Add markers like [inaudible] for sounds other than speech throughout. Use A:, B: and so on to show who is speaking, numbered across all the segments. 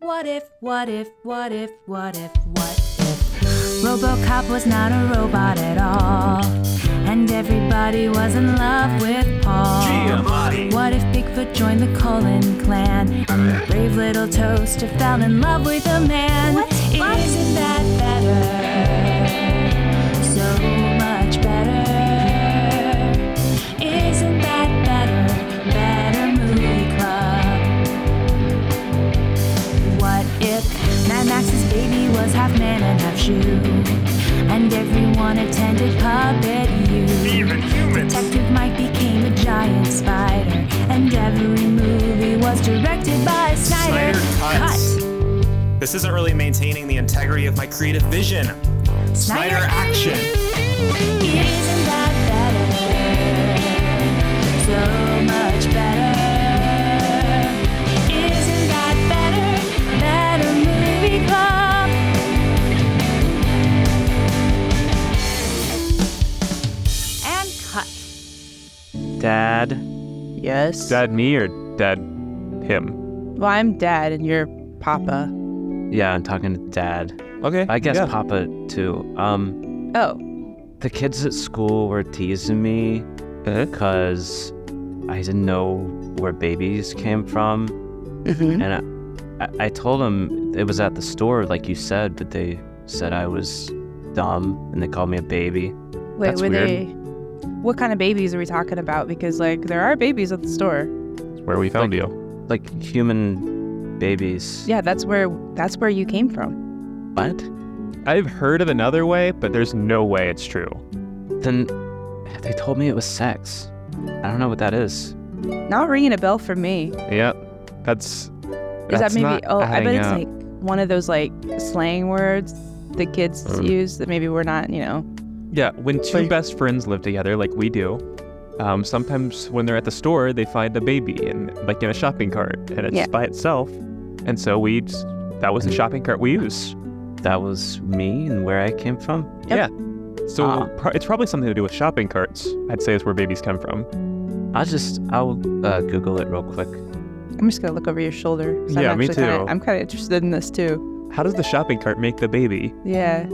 A: What if, what if, what if, what if, what if Robocop was not a robot at all? And everybody was in love with Paul. What if Bigfoot joined the Cullen clan? Brave little toaster fell in love with a man. Isn't that better? So much better. Isn't that better? Better movie club. What if Mad Max's baby was half man and half shoe? And everyone attended puppet U.
B: Even humans.
A: Detective Mike became a giant spider, and every movie was directed by Snyder.
B: Snyder cuts. This isn't really maintaining the integrity of my creative vision. Snyder action.
A: Isn't that better? So much better. Isn't that better? Better movie club. And cut.
C: Dad.
D: Yes.
C: Dad me or dad him?
D: Well, I'm dad and you're papa.
C: Yeah, I'm talking to dad.
E: Okay.
C: I guess
E: yeah.
C: Papa too. Um,
D: Oh,
C: the kids at school were teasing me
E: Uh-huh.
C: because I didn't know where babies came from,
E: Mm-hmm.
C: and I, I, I told them it was at the store, like you said, but they said I was dumb and they called me a baby.
D: wait,
C: That's
D: were
C: weird.
D: they? What kind of babies are we talking about? Because like there are babies at the store.
E: That's where we found you.
C: like human babies.
D: Yeah, that's where that's where you came from.
C: What?
E: I've heard of another way, but there's no way it's true.
C: Then they told me it was sex. I don't know what that is.
D: Not ringing a bell for me.
E: Yep. That's.
D: Is
E: that's
D: that maybe?
E: not
D: Oh, I bet
E: adding
D: it's
E: up.
D: like one of those like slang words the kids
E: Mm.
D: use that maybe we're not, you know.
E: Yeah, when two best friends live together, like we do, um, sometimes when they're at the store, they find a baby and like in a shopping cart, and it's
D: Yeah.
E: by itself. And so we, just, that was the shopping cart we used.
C: That was me and where I came from.
E: So
D: Ah.
E: pro- it's probably something to do with shopping carts. I'd say is where babies come from.
C: I'll just I'll uh, Google it real quick.
D: I'm just gonna look over your shoulder. 'cause
E: Yeah,
D: I'm
E: me
D: actually kinda-
E: too.
D: I'm kind of interested in this too.
E: How does the shopping cart make the baby?
D: Yeah,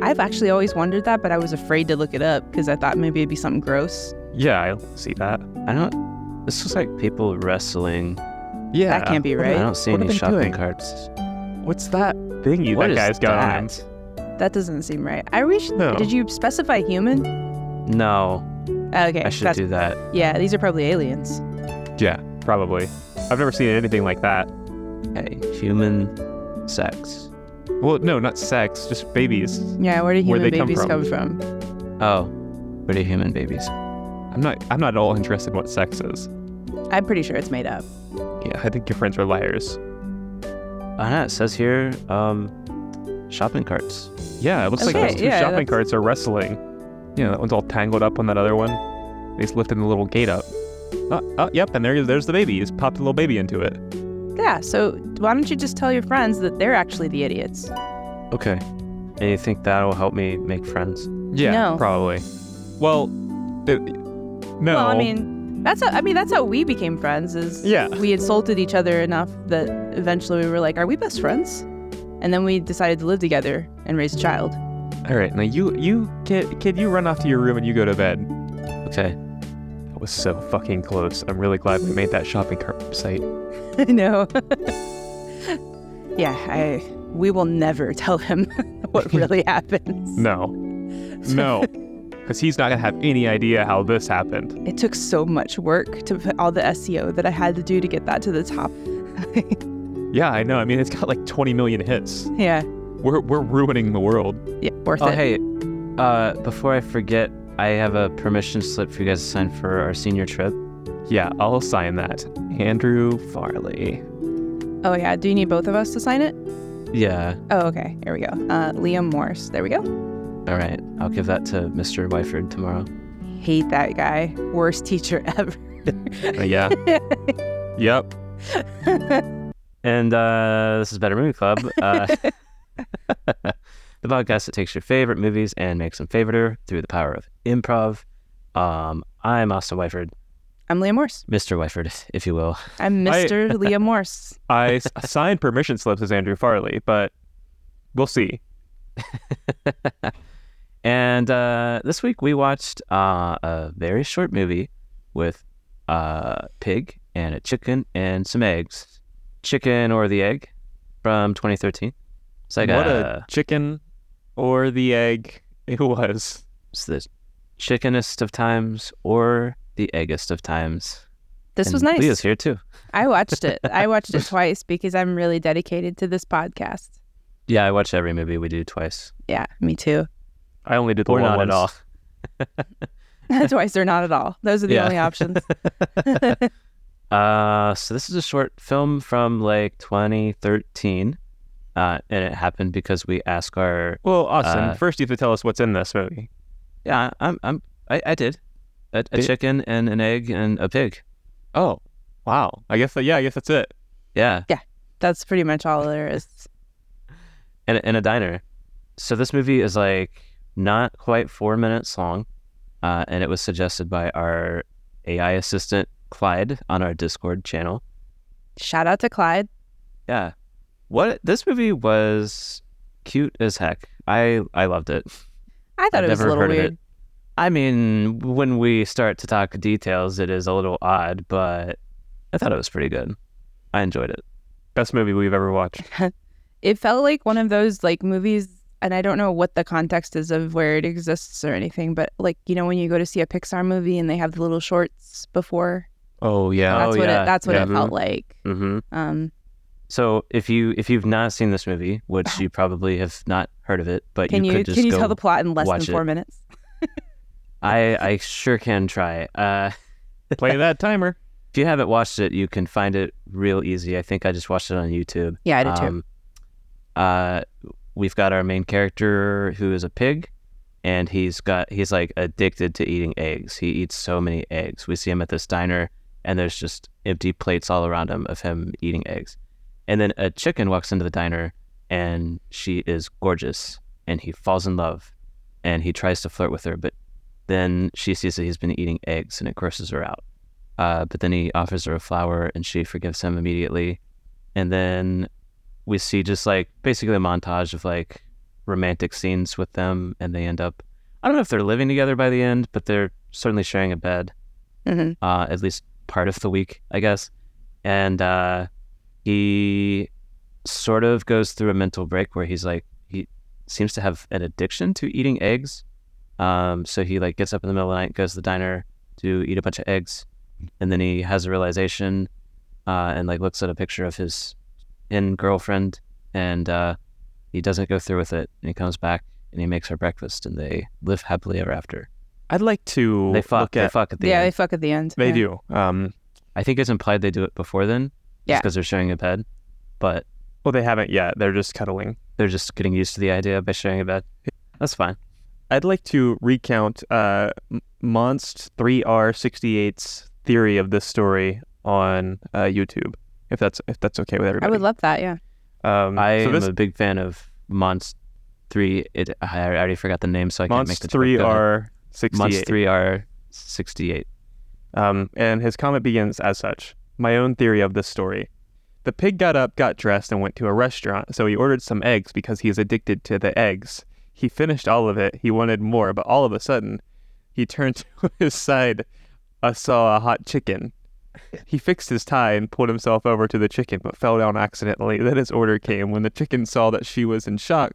D: I've actually always wondered that, but I was afraid to look it up because I thought maybe it'd be something gross.
E: Yeah, I see that.
C: I don't. This looks like people wrestling.
E: Yeah,
D: That can't be
E: What-
C: I
D: Right?
C: don't see
E: What are
C: any
E: they
C: shopping
E: doing?
C: carts.
E: What's that thingy
C: What
E: that
C: is
E: guy's got on him?
C: that?
D: That doesn't seem right. I wish.
E: No.
D: Did you specify human? Uh,
C: No,
D: Okay,
C: I should
D: that's-
C: do that.
D: Yeah, these are probably aliens.
E: Yeah, probably. I've never seen anything like that.
C: Okay, human sex.
E: Well, no, not sex, just babies.
D: Yeah, where do
E: Where'd
D: human
E: they come
D: babies
E: from?
D: come from?
C: Oh, but are human babies?
E: I'm not. I'm not at all interested in what sex is.
D: I'm pretty sure it's made up.
E: Yeah, I think your friends are liars.
C: Oh, no, it says here, um, shopping carts.
E: Yeah, it looks like
D: Okay,
E: those two
D: yeah,
E: shopping
D: that's-
E: carts are wrestling. You know, that one's all tangled up on that other one. He's lifting the little gate up. Oh, oh yep, and there, there's the baby. He's popped the little baby into it.
D: Yeah, so why don't you just tell your friends that they're actually the idiots?
C: Okay. And you think that'll help me make friends?
E: Yeah,
D: No.
E: probably. Well, the, no.
D: Well, I mean, that's how I mean that's how we became friends. Is
E: Yeah.
D: we insulted each other enough that eventually we were like, are we best friends? And then we decided to live together and raise a child. [laughs]
E: all right. Now you, you kid, kid, you run off to your room and you go to bed.
C: Okay.
E: That was so fucking close. I'm really glad we made that shopping cart website.
D: I know. [laughs] yeah, I. We will never tell him [laughs]
E: [laughs]
D: what really happens.
E: No, [laughs] no, because he's not gonna have any idea how this happened.
D: It took so much work to put all the SEO that I had to do to get that to the top.
E: Yeah, I know. I mean, it's got like 20 million hits.
D: yeah,
E: We're, we're ruining the world.
D: yeah, worth
C: Oh,
D: it.
C: hey, uh, before I forget, I have a permission slip for you guys to sign for our senior trip.
E: Yeah, I'll sign that. Andrew Farley.
D: Oh yeah, do you need both of us to sign it?
C: Yeah.
D: Oh okay, here we go. Uh, Liam Morse, there we go.
C: All right. I'll give that to Mr. Wyford tomorrow.
D: Hate that guy. Worst teacher [laughs] ever.
E: Uh, [laughs] yeah. yep.
C: And uh, this is Better Movie [laughs] Club, uh, the podcast that takes your favorite movies and makes them favoriter through the power of improv. Um, I'm Austin Wyford.
D: I'm Leah Morse.
C: Mr. Wyford, [laughs] if you will.
D: I'm
E: I-
D: Mr. Leah Morse.
E: I s- signed permission slips as Andrew Farley, but we'll see.
C: And uh, this week we watched uh, a very short movie with a pig and a chicken and some eggs. Chicken or the Egg from 2013. It's like
E: what
C: a,
E: a chicken or the egg it was.
C: it's the chickenest of times or the eggest of times.
D: This was
C: And
D: nice.
C: Leah's here too.
D: I watched it. I
C: [laughs]
D: watched it twice because I'm really dedicated to this podcast.
C: Yeah, I watch every movie we do twice.
D: Yeah, me
C: [laughs]
D: too. [laughs]
E: I only did the
C: Or not
E: one once.
C: at all.
D: twice or not at all. Those are the
C: Yeah. [laughs]
D: only options.
C: Uh, so this is a short film from like 2013, uh, and it happened because we asked our
E: Well, Austin,
C: Uh,
E: first you have to tell us what's in this movie.
C: yeah, I'm I'm I, I did a, a
E: Did-
C: chicken and an egg and a pig.
E: Oh, wow. I guess that. Yeah, I guess that's it.
C: Yeah,
D: That's pretty much all there is.
C: and a- and a diner. So this movie is like not quite four minutes long, uh, and it was suggested by our AI assistant Clyde on our Discord channel.
D: Shout out to Clyde.
C: Yeah. What this movie was cute as heck. I I loved it.
D: I thought
C: I've
D: it was a
C: never
D: little
C: heard of it.
D: weird.
C: I mean, when we start to talk details, it is a little odd, but I thought it was pretty good. I enjoyed it.
E: Best movie we've ever watched.
D: It felt like one of those like movies, and I don't know what the context is of where it exists or anything, but like you know when you go to see a Pixar movie and they have the little shorts before.
E: Oh yeah.
D: That's
C: Oh,
D: what
C: yeah.
D: it, that's what
E: Yeah.
D: it felt like.
C: Mm-hmm.
D: Um,
C: So if you if you've not seen this movie, which you probably have not heard of it, but
D: can
C: you,
D: you,
C: could just
D: can you
C: go,
D: tell the plot in less than
C: watch it.
D: four minutes?
C: I I sure can try. Uh,
E: [laughs] Play that timer.
C: if you haven't watched it, you can find it real easy. I think I just watched it on YouTube.
D: Yeah, I did too.
C: Um, uh, we've got our main character who is a pig, and he's got he's like addicted to eating eggs. He eats so many eggs. We see him at this diner, and there's just empty plates all around him of him eating eggs. And then a chicken walks into the diner, and she is gorgeous, and he falls in love, and he tries to flirt with her, but then she sees that he's been eating eggs, and it grosses her out. Uh, but then he offers her a flower, and she forgives him immediately. And then we see just like basically a montage of like romantic scenes with them and they end up i don't know if they're living together by the end but they're certainly sharing a bed
D: Mhm.
C: uh, at least part of the week i guess and uh, he sort of goes through a mental break where he's like he seems to have an addiction to eating eggs um, so he like gets up in the middle of the night goes to the diner to eat a bunch of eggs and then he has a realization uh, and like looks at a picture of his in girlfriend and uh, he doesn't go through with it and he comes back and he makes her breakfast and they live happily ever after
E: I'd like to
C: they fuck
E: look
C: they
E: at.
C: fuck at the
D: yeah,
C: end
D: they fuck at the end.
E: They
D: yeah.
E: do. Um.
C: i think it's implied they do it before then
D: Yeah.
C: because they're sharing a bed but
E: Well, they haven't yet. They're just cuddling.
C: they're just getting used to the idea by sharing a bed that's fine
E: I'd like to recount uh, M- Monst 3R68's theory of this story on uh, YouTube, if that's if that's okay with
D: I
E: everybody.
D: would love that. Yeah.
E: Um,
C: i
E: so
C: am
E: this
C: a big fan of monst 3 it, i already forgot the name so i can't make the
E: Monst 3R68.
C: monst 3r 68
E: Um, and his comment begins as such My own theory of this story. The pig got up, got dressed, and went to a restaurant, so he ordered some eggs because he is addicted to the eggs. He finished all of it. He wanted more, but all of a sudden, he turned [laughs] to his side, uh, saw a hot chicken. He fixed his tie and pulled himself over to the chicken, but fell down accidentally. Then his order came. When the chicken saw that she was in shock,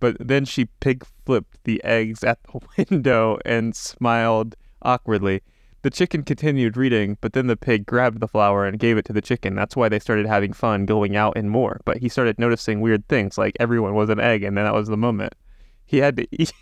E: but then she pig flipped the eggs at the [laughs] window and smiled awkwardly. The chicken continued reading, but then the pig grabbed the flower and gave it to the chicken. That's why they started having fun going out and more. But he started noticing weird things, like everyone was an egg, and then that was the moment. He had to [laughs] eat.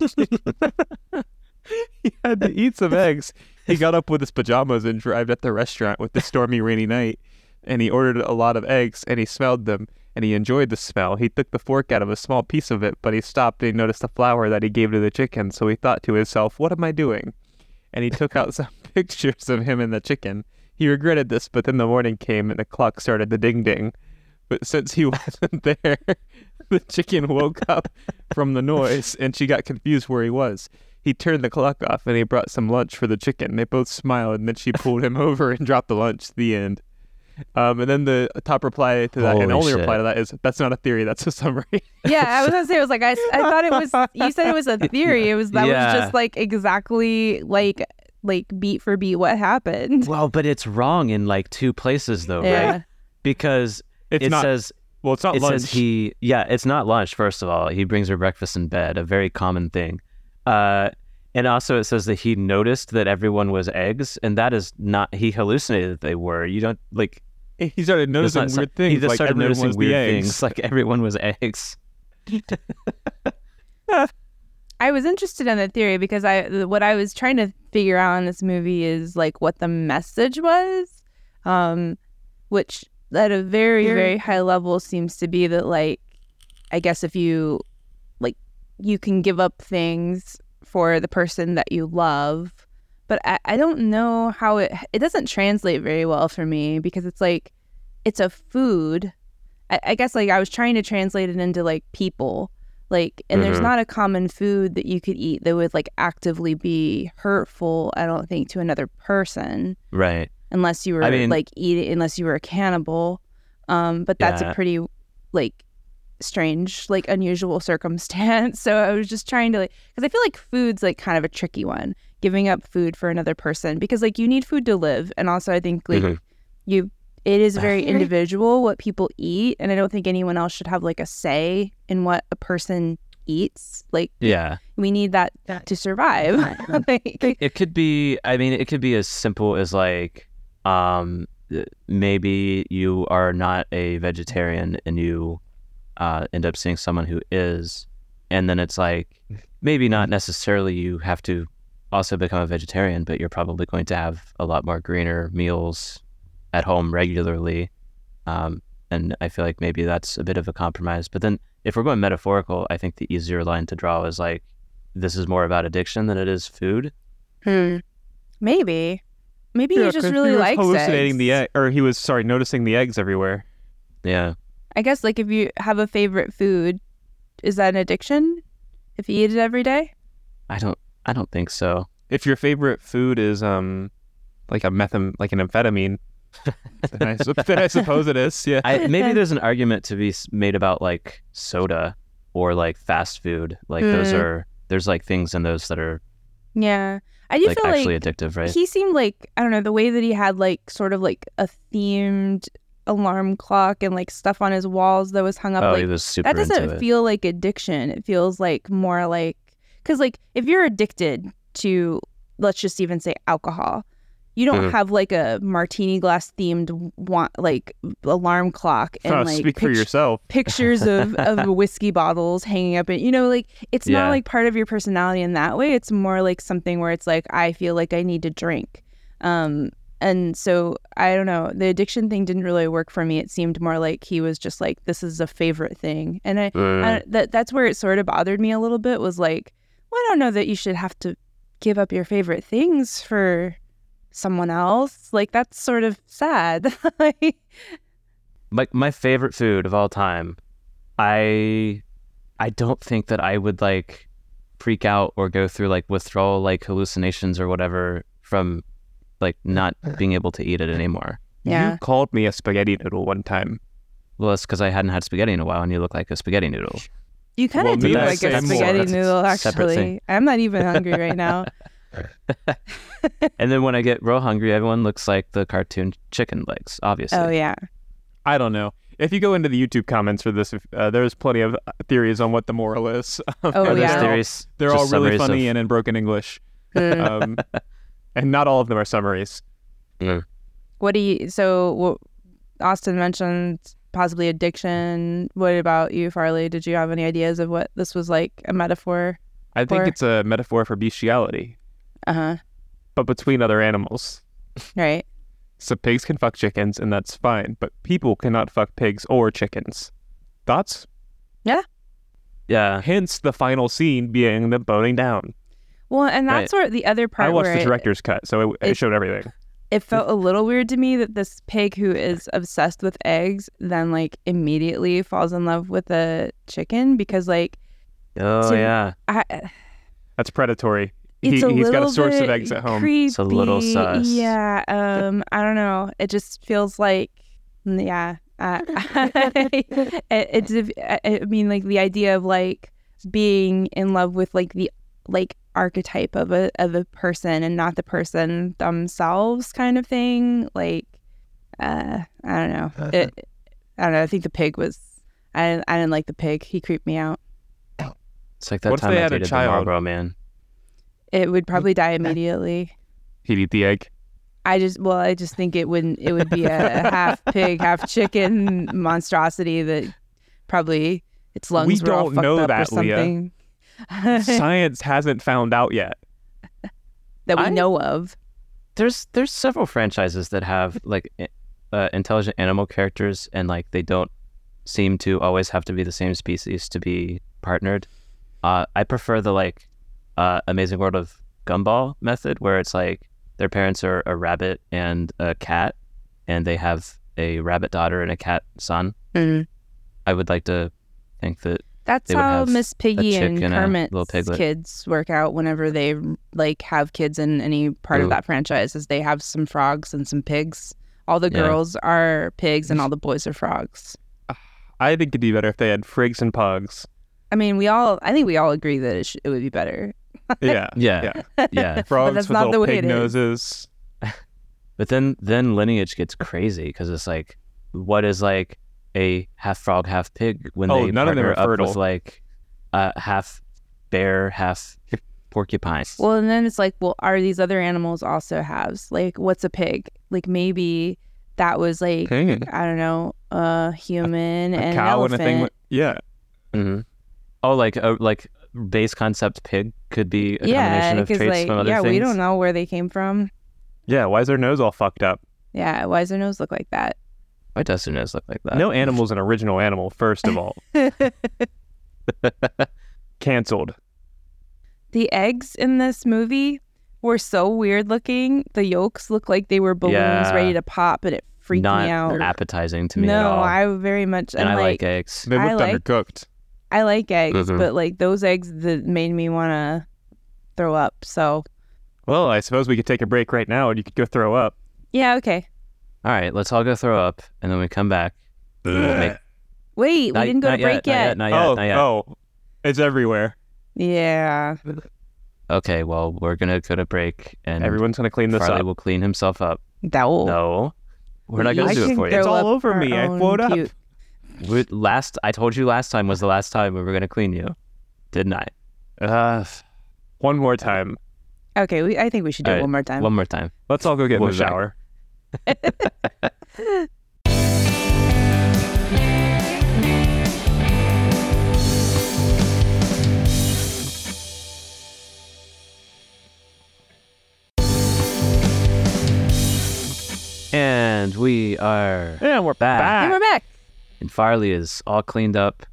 E: he [laughs] had to eat some eggs. He got up with his pajamas and arrived at the restaurant with the stormy, rainy night. And he ordered a lot of eggs, and he smelled them, and he enjoyed the smell. He took the fork out of a small piece of it, but he stopped and he noticed the flower that he gave to the chicken. So he thought to himself, "What am I doing?" and he took out [laughs] some pictures of him and the chicken. He regretted this, but then the morning came and the clock started the ding ding. But since he [laughs] wasn't there, the chicken woke up from the noise and she got confused where he was. He turned the clock off and he brought some lunch for the chicken. They both smiled and then she pulled him [laughs] over and dropped the lunch. The end. Um, and then the top reply to that, and
C: Holy
E: only
C: shit.
E: reply to that is, "That's not a theory. That's a summary." [laughs]
D: Yeah, I was gonna say, I was like, I, s- I thought it was. You said
C: [laughs]
D: it was a theory. It was that
C: Yeah.
D: was just like exactly like like beat for beat what happened.
C: Well, but it's wrong in like two places though,
D: Yeah.
C: right? Because
E: It's
C: it
E: not-
C: says
E: well, it's not
C: it
E: lunch.
C: says he yeah it's not lunch first of all he brings her breakfast in bed a very common thing uh and also it says that he noticed that everyone was eggs and that is not he hallucinated that they were you don't like
E: he started
C: that's
E: noticing
C: not-
E: weird things.
C: he just
E: like
C: started
E: everyone
C: noticing
E: was the
C: weird
E: eggs.
C: things [laughs] like everyone was eggs
D: I was interested in the theory because I what I was trying to figure out in this movie is like what the message was, um, which at a very very high level seems to be that like I guess if you like you can give up things for the person that you love, but I, I don't know how it it doesn't translate very well for me because it's like it's a food. I, I guess like I was trying to translate it into like people. Like and there's
C: Mhm.
D: not a common food that you could eat that would like actively be hurtful, I don't think, to another person
C: right
D: unless you were
C: I mean-
D: like eating unless you were a cannibal. Um, but that's
C: Yeah.
D: a pretty like strange, like unusual circumstance. [laughs] So I was just trying to like because I feel like food's like kind of a tricky one, giving up food for another person because like you need food to live, and also I think like
C: Mhm.
D: you it is very individual what people eat, and I don't think anyone else should have like a say in what a person eats. Like
C: yeah
D: we need that to survive. [laughs] like,
C: it could be i mean it could be as simple as like um th- maybe you are not a vegetarian and you uh, end up seeing someone who is and then it's like maybe not necessarily you have to also become a vegetarian but you're probably going to have a lot more greener meals at home regularly um, and i feel like maybe that's a bit of a compromise but then if we're going metaphorical i think the easier line to draw is like this is more about addiction than it is food
D: Maybe. Maybe
E: Hmm. Yeah,
D: he just
E: 'cause
D: really
E: he was
D: likes
E: hallucinating
D: eggs.
E: the egg, or he was sorry, noticing the eggs everywhere.
C: Yeah.
D: I guess like if you have a favorite food, is that an addiction? If you eat it every day?
C: I don't I don't think so.
E: If your favorite food is um, like a methem, like an amphetamine,
C: [laughs]
E: then, I, sup- then I suppose it is. Yeah.
C: I maybe there's an argument to be s- made about like soda or like fast food. Like those
D: Mm.
C: are there's like things in those that are
D: Yeah. I do
C: like
D: feel
C: actually
D: like
C: addictive, right?
D: he seemed like I don't know, the way that he had like sort of like a themed alarm clock and like stuff on his walls that was hung up
C: oh,
D: uh, like
C: he was super
D: that
C: into
D: doesn't
C: it.
D: feel like addiction. It feels like more like because like if you're addicted to let's just even say alcohol, you don't
C: Mhm.
D: have like a martini glass themed want like alarm clock and
E: Oh,
D: like
E: speak for
D: pict-
E: yourself.
D: pictures of of whiskey bottles hanging up and you know like it's
C: Yeah.
D: not like part of your personality in that way. It's more like something where it's like I feel like I need to drink. Um and so I don't know. The addiction thing didn't really work for me. It seemed more like he was just like, "This is a favorite thing," and I,
C: Uh,
D: I, that that's where it sort of bothered me a little bit was like, well, I don't know that you should have to give up your favorite things for someone else. Like that's sort of sad. [laughs] Like,
C: like my favorite food of all time. I I don't think that I would like freak out or go through like withdrawal like hallucinations or whatever from like
D: [laughs]
C: not being able to eat it anymore.
D: yeah,
E: You called me a spaghetti noodle one time.
C: Well, that's because I hadn't had spaghetti in a while, and you look like a spaghetti noodle.
D: you kind
E: Well,
D: of do
E: need I
D: like
E: say
D: a
E: more?
D: spaghetti
C: That's a
D: noodle.
C: separate thing.
D: Actually, I'm not even hungry right now.
C: And then when I get real hungry, everyone looks like the cartoon chicken legs, obviously.
D: oh yeah,
E: I don't know. If you go into the YouTube comments for this, if- uh, there's plenty of uh, theories on what the moral is. [laughs]
D: Oh,
C: Are
E: They're
C: those
D: yeah.
E: all-
C: theories
E: They're
C: just
E: all really
C: summaries
E: funny
C: of-
E: and in
C: [laughs]
E: broken English. Um, and not all of them are summaries.
D: what do you? So what, Austin mentioned possibly addiction. What about you, Farley? Did you have any ideas of what this was like a metaphor?
E: I think
D: Or-
E: it's a metaphor for bestiality,
D: Uh huh.
E: but between other animals.
D: Right.
E: So pigs can fuck chickens, and that's fine, but people cannot fuck pigs or chickens. Thoughts?
C: yeah.
E: Hence the final scene being the boning down.
D: Well, and
C: Right.
D: that's where the other part.
E: I watched
D: where
E: the
D: it-
E: director's cut, so it, it
D: it-
E: showed everything.
D: it felt a little weird to me that this pig who is obsessed with eggs then like immediately falls in love with a chicken because like
C: Oh,
D: So-
C: yeah.
D: I
E: That's predatory.
D: It's
E: he,
D: a
E: has got a
D: little
E: source of
D: bit
E: eggs at home.
D: Creepy.
C: It's a little sus.
D: Yeah. Um. I don't know. It just feels like. Yeah. Uh, [laughs] it, it's. I I mean, like the idea of like being in love with like the like archetype of a of a person and not the person themselves kind of thing. Like, uh, I don't know. It, I don't know. I think the pig was. I I didn't like the pig. He creeped me out.
C: It's like that
E: What if
C: time
E: they
C: I
E: had a
C: dated the
E: child?
C: Marlboro man.
D: It would
C: [laughs]
D: probably die immediately.
E: He'd eat the
D: [laughs]
E: egg.
D: I just well, I just think it wouldn't. It would be
E: [laughs]
D: a half pig, half chicken monstrosity that probably its lungs were all
E: don't
D: fucked
E: know
D: up or
E: that, Leah.
D: something
E: Science hasn't found out yet.
D: [laughs] that we
C: I-
D: know of.
C: There's there's several franchises that have like i- uh, intelligent animal characters, and like they don't seem to always have to be the same species to be partnered. Uh, I prefer the like uh, Amazing World of Gumball method, where it's like their parents are a rabbit and a cat, and they have a rabbit daughter and a cat son. I would like to think that
D: That's
C: Mm-hmm. They would
D: how
C: have
D: Miss Piggy
C: chick
D: and
C: and a
D: Kermit's
C: little piglet.
D: kids work out whenever they like have kids in any part
C: Ooh.
D: of that franchise. Is they have some frogs and some pigs. All the
C: Yeah.
D: girls are pigs and all the boys are frogs.
E: I think it'd be better if they had frigs
D: [laughs]
E: and pugs.
D: I mean, we all. I think we all agree that it, sh- it would be better.
E: Yeah.
C: yeah yeah
E: Frogs
D: that's
E: with
D: not
E: little
D: the way it
E: pig
D: is.
E: noses.
C: But then then lineage gets crazy because it's like, what is like a half frog, half pig when
E: Oh,
C: they
E: none of them
C: partner
E: are
C: up
E: fertile.
C: with like uh, half bear, half porcupine.
D: Well, and then it's like, well, are these other animals also halves? Like, what's a pig? Like, maybe that was like,
E: Dang.
D: I don't know, a human
E: A
D: and
E: cow
D: an
E: and a thing.
D: elephant.
E: with- Yeah.
C: Mhm. Oh, like a like base concept pig could be a
D: yeah,
C: combination of
D: because
C: traits
D: like,
C: from other
D: yeah,
C: things.
D: we don't know where they came from.
E: Yeah. Why is their nose all fucked up?
D: Yeah, why does their nose look like that? [laughs]
C: Why does their nose look like
D: Uh,
C: that?
E: no animal's an original animal, first
D: [laughs]
E: of all. Cancelled.
D: The eggs in this movie were so weird looking. The yolks look like they were balloons
C: Yeah.
D: ready to pop, and it freaked
C: not
D: me out.
C: appetizing to me at
D: No,
C: all.
D: I very much
C: and I like,
D: like
C: eggs.
E: They
D: I
E: looked
D: like-
E: undercooked.
D: I like eggs,
C: Mhm.
D: but like those eggs that made me want to throw up. So
E: Well, I suppose we could take a break right now and you could go throw up.
D: yeah, okay.
C: All right, let's all go throw up, and then we come back. We'll make-
D: Wait,
C: not-
D: we didn't go
C: not
D: to break
C: not
D: yet.
C: yet. Not yet.
E: oh,
C: not yet.
E: oh. It's everywhere.
D: Yeah.
C: Okay, well, we're gonna go to break, and
E: Everyone's going to clean this
C: Farley
E: up.
C: will clean himself up.
D: That will.
C: No, we're not gonna
D: Oh. I
C: do it
D: can
C: for
D: throw
E: It's
C: you.
E: all
D: up
E: over
D: our
E: me. I
D: own
E: float up.
D: puke.
C: We- last I told you last time was the last time we were gonna clean you, didn't I? Uh,
E: One more time.
D: Okay, we, I think we should do
C: All
D: it
C: right,
D: one more time.
C: one more time.
E: Let's all go get
C: We'll
E: in the
C: be back.
E: shower.
C: And we are,
E: Yeah, we're
C: Back.
D: and we're back.
C: and Farley is all cleaned up,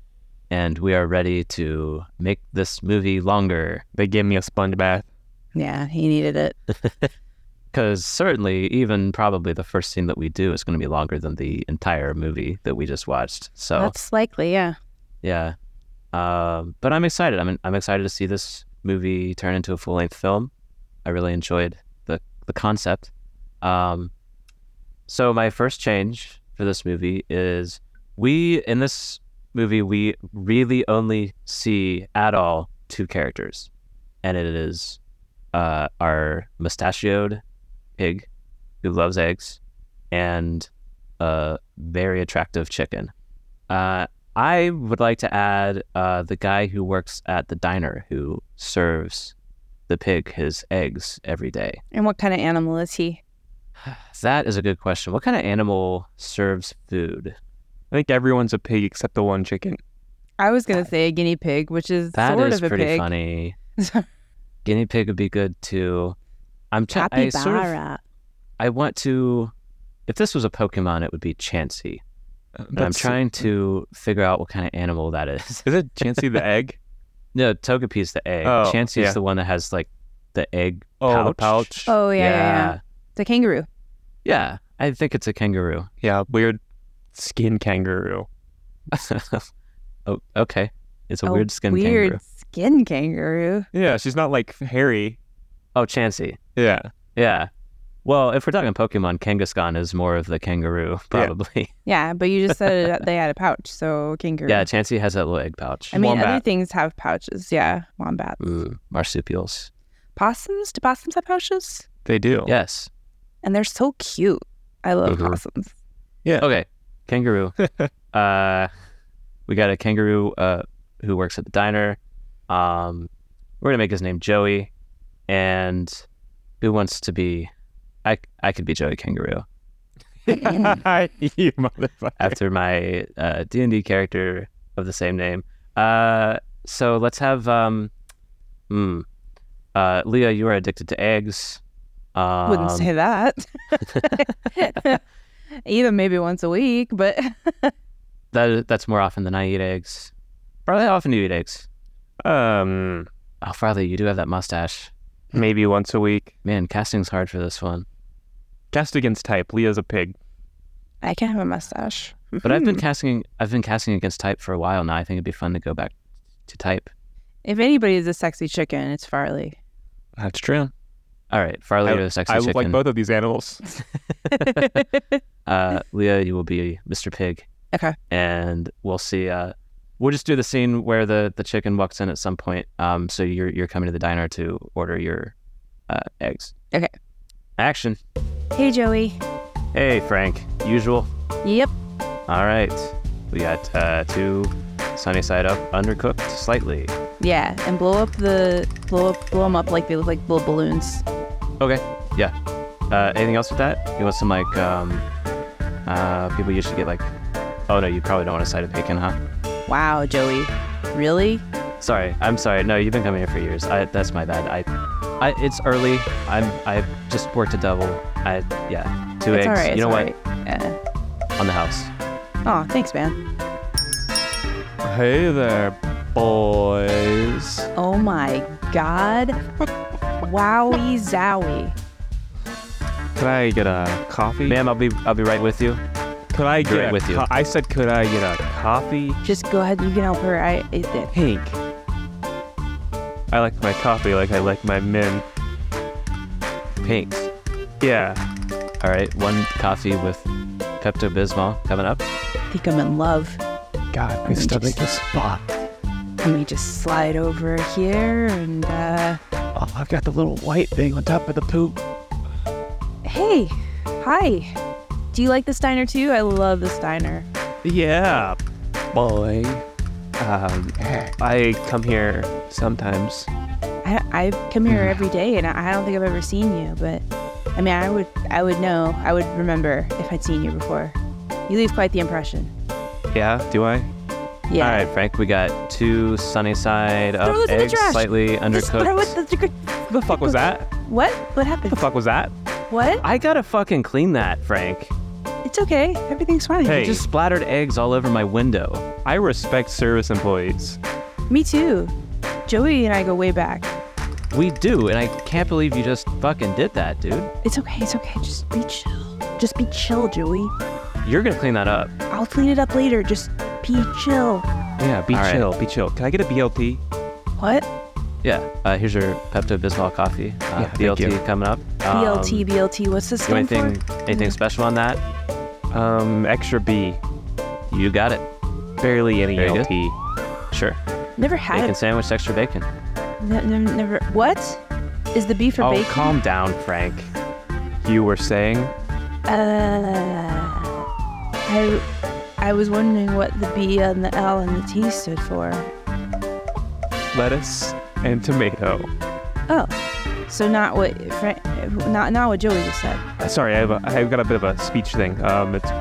C: and we are ready to make this movie longer.
E: They gave me a sponge bath.
D: Yeah, he needed it.
C: Because certainly, even probably the first scene that we do is going to be longer than the entire movie that we just watched. So
D: That's likely, yeah.
C: Yeah. Um, but I'm excited. I'm I'm excited to see this movie turn into a full length film. I really enjoyed the the concept. Um, so my first change for this movie is we in this movie we really only see at all two characters, and it is uh, our mustachioed pig who loves eggs and a very attractive chicken. Uh, I would like to add uh, the guy who works at the diner who serves the pig his eggs every day.
D: And what kind of animal is he?
C: That is a good question. What kind of animal serves food?
E: I think everyone's a pig except the one chicken.
D: I was gonna say a guinea pig, which is
C: That is
D: sort of a
C: pretty
D: pig.
C: funny.
D: [laughs]
C: Guinea pig would be good too. I'm ch- I sort of-
D: Capybara.
C: I want to. If this was a Pokemon, it would be Chansey. But I'm
E: That's-
C: trying to figure out what kind of animal that is. [laughs]
E: Is it Chansey the egg?
C: no, Togepi's the egg.
E: Oh,
C: Chansey's
E: yeah.
C: the one that has like the egg
E: Oh,
C: pouch.
E: the [laughs] pouch.
D: Oh yeah, yeah, yeah.
C: yeah.
D: The kangaroo.
C: Yeah, I think it's a kangaroo.
E: Yeah, weird skin kangaroo.
C: [laughs] oh, okay. It's a weird skin
D: weird
C: kangaroo.
D: skin kangaroo.
E: Yeah, she's not like hairy.
C: Oh, Chansey.
E: Yeah.
C: Yeah. Well, if we're talking Pokemon, Kangaskhan is more of the kangaroo, [laughs] probably.
D: Yeah, but you just said that they had a pouch, so kangaroo.
C: Yeah, Chansey has that little egg pouch.
D: I mean, other
E: Wombat.
D: things have pouches. Yeah, wombat.
C: Ooh, marsupials.
D: Possums? Do possums have pouches?
E: They [laughs] do.
C: Yes.
D: And they're so cute. I love
C: Mhm.
D: possums.
C: Okay. [laughs] Kangaroo. uh, we got a kangaroo uh, who works at the diner. Um, we're gonna make his name Joey. And who wants to be? I I could be you Kangaroo
E: you motherfucker.
C: after my uh, D and D character of the same name. Uh, so let's have. Um, hmm. Uh, Leah, you are addicted to eggs. Um,
D: Wouldn't
C: [laughs]
D: say [laughs] that. Either maybe once a week, but [laughs]
C: that. That's more often than I eat eggs. Probably how often do you eat eggs?
E: Um,
C: Oh, Farley, you do have that mustache.
E: maybe once a week.
C: Man, casting's hard for this one.
E: Cast against type. Leah's a pig.
D: I can have a mustache. Hmm.
C: But I've been casting I've been casting against type for a while now. I think it'd be fun to go back to type.
D: If anybody is a sexy chicken,
C: [laughs]
D: it's Farley.
E: That's true.
C: All right, Farley,
E: I,
C: you're the sexy
E: I
C: chicken.
E: look like both of these animals.
C: Uh, Leah, you will be Mr. Pig.
D: Okay.
C: And we'll see. Uh, we'll just do the scene where the, the chicken walks in at some point. Um, so you're you're coming to the diner to order your uh, eggs.
D: Okay.
C: Action.
A: Hey, Joey.
C: Hey, Frank. Usual.
D: Yep.
C: All right. We got uh, two sunny side up, undercooked slightly.
D: Yeah, and blow up the blow up blow them up like they look like little balloons.
C: Okay. Yeah. Uh, anything else with that? You want some like um, uh, people you should get like. Oh no, you probably don't want a side of bacon, huh?
D: Wow, Joey, really?
C: Sorry, I'm sorry. No, you've been coming here for years. I, that's my bad. I, I, it's early. I'm. I just worked a double. I, yeah, two
D: It's
C: eggs.
D: all right.
C: you know
D: it's all
C: what?
D: right. Yeah.
C: On the house.
D: Oh, thanks, man.
E: hey there, boys.
D: Oh my
C: [laughs]
D: God. Wowie zowie.
E: Could I get a coffee?
C: Ma'am, I'll be. I'll be right with you.
E: could I get
C: right
E: a
C: with you.
E: co- I said, could I get a coffee?
D: Just go ahead. You can help her. I it, it,
E: Pink. I like my coffee like I like my men.
C: Pinks.
E: Yeah.
C: All right, one coffee with Pepto Bismol coming up.
D: I think I'm in love.
E: God,
D: my stomach
E: is spot.
D: Let me just slide over here and uh,
E: Oh, I've got the little white thing on top of the poop.
D: hey, hi. Do you like this diner too? I love this diner.
E: Yeah, boy. Um, I come here sometimes.
D: I, I come
E: Mm.
D: here every day, and I, I don't think I've ever seen you. But I mean, I would, I would know, I would remember if I'd seen you before. You leave quite the impression.
E: Yeah, do I?
D: Yeah.
C: All right, Frank. We got two sunny side up
D: Throw this in the
C: eggs,
D: trash.
C: slightly
D: Just
C: undercooked.
D: throw it- the-
E: The fuck was that?
D: What? What
E: The
D: happened?
E: fuck was that?
D: What?
C: I gotta fucking clean that, Frank.
D: It's okay. Everything's fine.
E: Hey.
C: You just splattered eggs all over my window.
E: I respect service employees.
D: Me too. Joey and I go way back.
C: We do, and I can't believe you just fucking did that, dude.
D: It's okay. It's okay. Just be chill. Just be chill, Joey.
C: You're gonna clean that up.
D: I'll clean it up later. Just be chill.
E: Yeah, be
C: All right.
E: chill, be chill. Can I get a BLT?
D: What?
C: Yeah. Uh, here's your Pepto Bismol coffee. Uh,
E: Yeah, thank
C: BLT
E: you.
C: coming up. Um,
D: BLT,
C: you
D: BLT. What's this
C: know
D: stand
C: anything,
D: for?
C: anything special on that?
E: Um, extra B. E
C: You got it.
E: Barely any
C: Very good.
E: LT.
C: Sure.
D: Never had.
C: Bacon sandwich, extra bacon.
D: Ne- ne- never. What? Is the beef for
C: oh,
D: bacon?
C: calm down, Frank.
E: You were saying?
D: Uh, I, I was wondering what the B and the L and the T stood for.
E: Lettuce and tomato.
D: Oh, so not what, Fra- not not what Joey just said.
E: Uh, Sorry, I have a, I've got a bit of a speech thing. Um, it's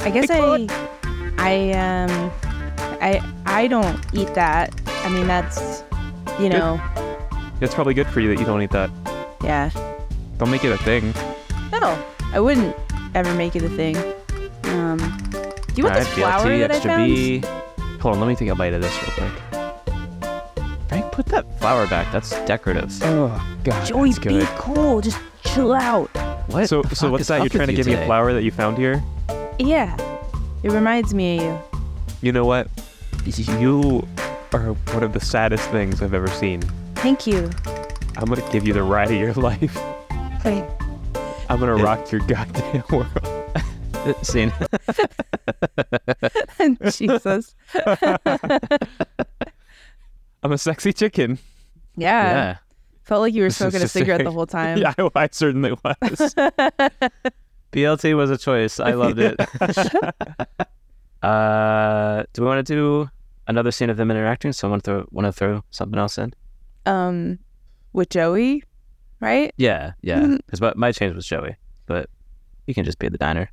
D: I guess I, I um, I I don't eat that. I mean that's, you know,
E: it's probably good for you that you don't eat that.
D: yeah.
E: Don't make it a thing.
D: No, I wouldn't ever make it a thing. Um, do you want
C: All right,
D: this flower
C: BLT,
D: that I
C: extra
D: found?
C: B. Hold on, let me take a bite of this real quick. Frank, put that flower back. That's decorative.
E: Oh god,
D: Joey, be cool. Just chill out.
C: What?
E: So,
C: the
E: so
C: fuck
E: what's
C: is
E: that?
C: up
E: You're trying
C: with
E: to
C: you
E: give me a
C: today?
E: flower that you found here?
D: Yeah, it reminds me of you.
E: You know what? You are one of the saddest things I've ever seen.
D: Thank you. [laughs]
E: I'm gonna give you the ride of your [laughs] life.
D: Hey,
E: I'm gonna rock your goddamn [laughs] world.
C: [laughs] Scene.
D: Uh, Jesus.
E: I'm a sexy chicken.
D: Yeah.
C: yeah.
D: Felt like you were
E: This is
D: smoking a
E: just
D: cigarette
E: a- [laughs]
D: the whole time.
E: yeah, I, I certainly was.
C: BLT was a choice. I loved
D: [laughs]
C: it. [laughs] uh, do we want to do another scene of them interacting? Someone throw want to throw something else in?
D: Um, with Joey, right?
C: Yeah, yeah.
D: Mhm.
C: Because my, my change was Joey, but you can just be at the diner.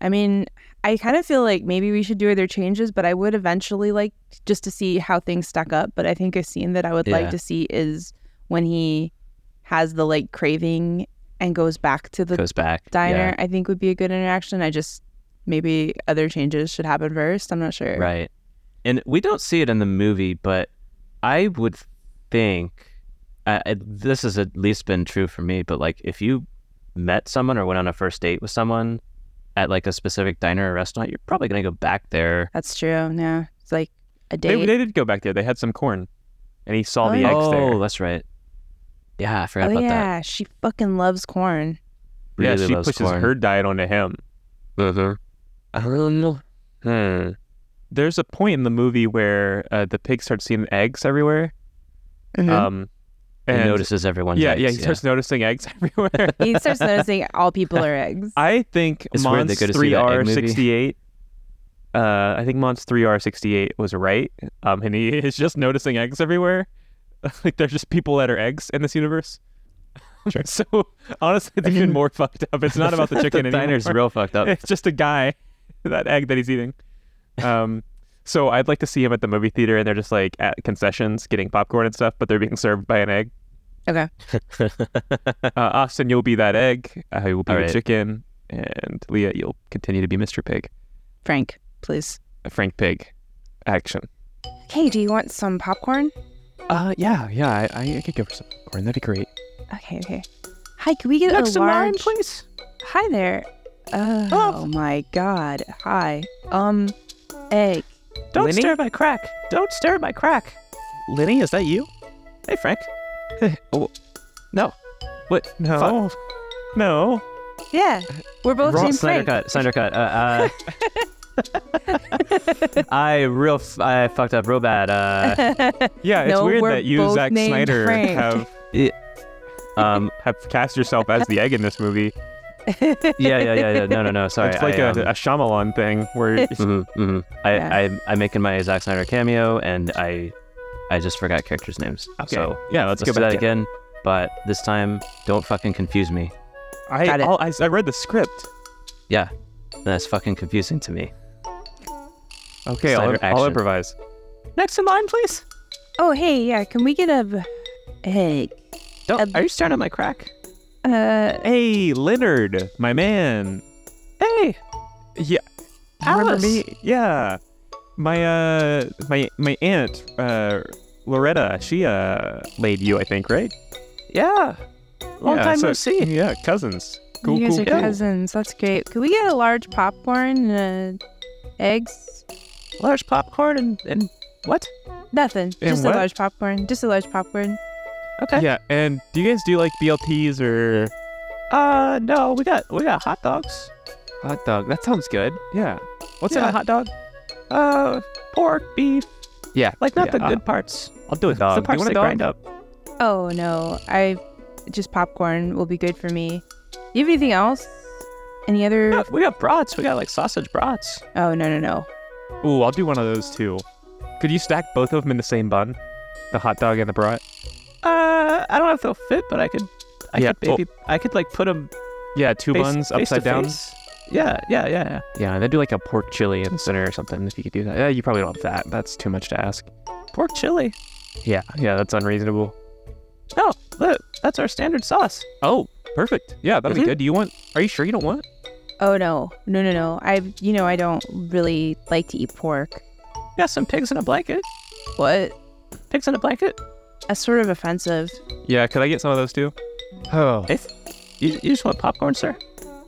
D: I mean, I kind of feel like maybe we should do other changes, but I would eventually like just to see how things stack up. But I think a scene that I would
C: Yeah.
D: like to see is when he has the like craving and goes back to the
C: Goes back.
D: diner. I think would be a good interaction. I just maybe other changes should happen first. I'm not sure.
C: Yeah, right. And we don't see it in the movie, but I would think I, I, this has at least been true for me. But like, if you met someone or went on a first date with someone at like a specific diner or restaurant, you're probably gonna go back there.
D: That's true. Yeah, it's like a
E: they,
D: date.
E: they did go back there. They had some corn, and he saw
D: Oh,
E: the
D: yeah.
E: eggs
C: oh,
E: there.
C: that's right. Yeah, I forgot
D: oh
C: about that.
D: yeah, she fucking loves corn.
E: yeah,
C: Really
E: she
C: loves
E: pushes
C: corn.
E: her diet onto him. I don't know. Hmm. There's a point in the movie where uh, the pig starts seeing eggs everywhere. Um,
C: He
E: and
C: notices everyone's
E: Yeah,
C: eggs,
E: yeah, he starts noticing eggs [laughs] everywhere.
D: he
C: [laughs]
D: starts noticing all people are eggs.
E: I think
C: It's weird they
E: Mons
C: go to see that egg movie.
E: 3R68. Uh, I think Mons 3R68 was right, um, and he [laughs] is just noticing eggs everywhere. [laughs] like there's just people that are eggs in this universe. [laughs] so honestly, it's even more fucked up. It's not about the
C: [laughs]
E: chicken
C: the
E: anymore.
C: diner's real fucked
E: [laughs]
C: up.
E: It's just a guy, that egg that he's eating. Um, so I'd like to see him at the movie theater, and they're just like at concessions getting popcorn and stuff, but they're being served by an egg.
D: Okay.
E: [laughs] Uh, Austin, you'll be that egg. I will be
C: All
E: the
C: right.
E: chicken, and Leah, you'll continue to be Mr. Pig, Uh,
D: Frank, please.
E: Frank Pig. Action.
D: Hey, do you want some popcorn?
E: Uh, yeah, yeah, I, I, I could go for some popcorn. That'd be great.
D: Okay, okay. Hi, can we get a large?
C: please.
D: Hi there. Oh, my God. Hi. Um, egg.
C: Don't
E: Lenny?
C: stir my crack. Don't stir my crack. Lenny, is that you? Hey, Frank. Hey. Oh, no. What?
E: No, no.
D: Yeah, we're both
C: Wrong.
D: named
C: Snyder
D: Frank.
C: cut. Snyder cut. Uh, [laughs] uh, I real. F- I fucked up real bad. [laughs] Uh,
E: Yeah, it's
D: No,
E: weird
D: we're
E: that you,
D: both
E: Zack
D: named
E: Snyder,
D: Frank.
E: have
C: um.
E: have cast yourself as the egg in this movie.
C: Yeah. Yeah. Yeah. yeah. No. No. [laughs] No. Sorry.
E: it's like
C: I,
E: a
C: um,
E: a Shyamalan thing
C: [laughs]
E: where
C: mhm, mhm. I,
D: Yeah.
C: I, I'm making my Zack Snyder cameo, and I, I just forgot characters' names. So
E: yeah, let's,
C: let's
E: go
C: do
E: back
C: that
E: to-
C: again. But this time, don't fucking confuse me.
E: I,
D: Got it.
E: I'll- I, I read the script.
C: Yeah, that's fucking confusing to me.
E: Okay, I'll,
C: Snyder
E: I'll
C: action.
E: improvise.
C: Next in line, please.
D: Oh, hey, yeah, can we get a v- egg?
C: Don't.
D: Um,
C: are you staring at my crack?
D: Uh,
E: Hey, Leonard, my man.
C: Hey,
E: Yeah,
C: Alice.
E: remember me? Yeah, my uh, my my aunt, uh, Loretta. She uh, laid you, I think, right?
C: Yeah. Long
E: yeah,
C: time
E: so-
C: no see.
E: Yeah, cousins. Cool,
D: you guys
E: cool,
D: are
E: cool.
D: cousins. That's great. Could we get a large popcorn and uh, eggs?
C: Large popcorn and and what?
D: Nothing.
E: And
D: Just
E: what?
D: a large popcorn. Just a large popcorn.
C: Okay.
E: Yeah, and do you guys do like BLTs or?
C: Uh, no, we got we got hot dogs.
E: Hot dog. That sounds good. Yeah. What's in
C: Yeah.
E: a hot dog?
C: Uh, pork, beef,
E: Yeah,
C: like not
E: yeah, uh,
C: the
E: I'll-
C: good parts.
E: I'll do a dog.
C: the
E: do you
C: parts that
E: want a dog?
C: grind up.
D: Oh no, I just popcorn will be good for me. Do you have anything else? Any other?
C: Yeah, we got brats. We got like sausage brats.
D: Oh no no no.
E: Ooh, I'll do one of those too. Could you stack both of them in the same bun? The hot dog and the brat?
C: Uh, I don't know if they'll fit, but I could. I
E: Yeah, oh,
C: could maybe I could like put them
E: Yeah, two
C: face,
E: buns
C: face to
E: upside down.
C: face. Yeah, yeah, yeah, yeah.
E: Yeah, and then do like a pork chili in the center or something if you could do that. Yeah, you probably don't have that. That's too much to ask.
C: Pork chili.
E: Yeah, yeah, that's unreasonable.
C: No, look, that's our standard sauce.
E: Oh, perfect. Yeah, that'll
C: Mhm.
E: be good. Do you want? Are you sure you don't want?
D: Oh no no no no. I you know I don't really like to eat pork.
C: We got some pigs in a blanket.
D: What?
C: Pigs in a blanket.
D: That's sort of offensive.
E: Yeah, could I get some of those too? Oh,
C: If you, you just want popcorn, sir.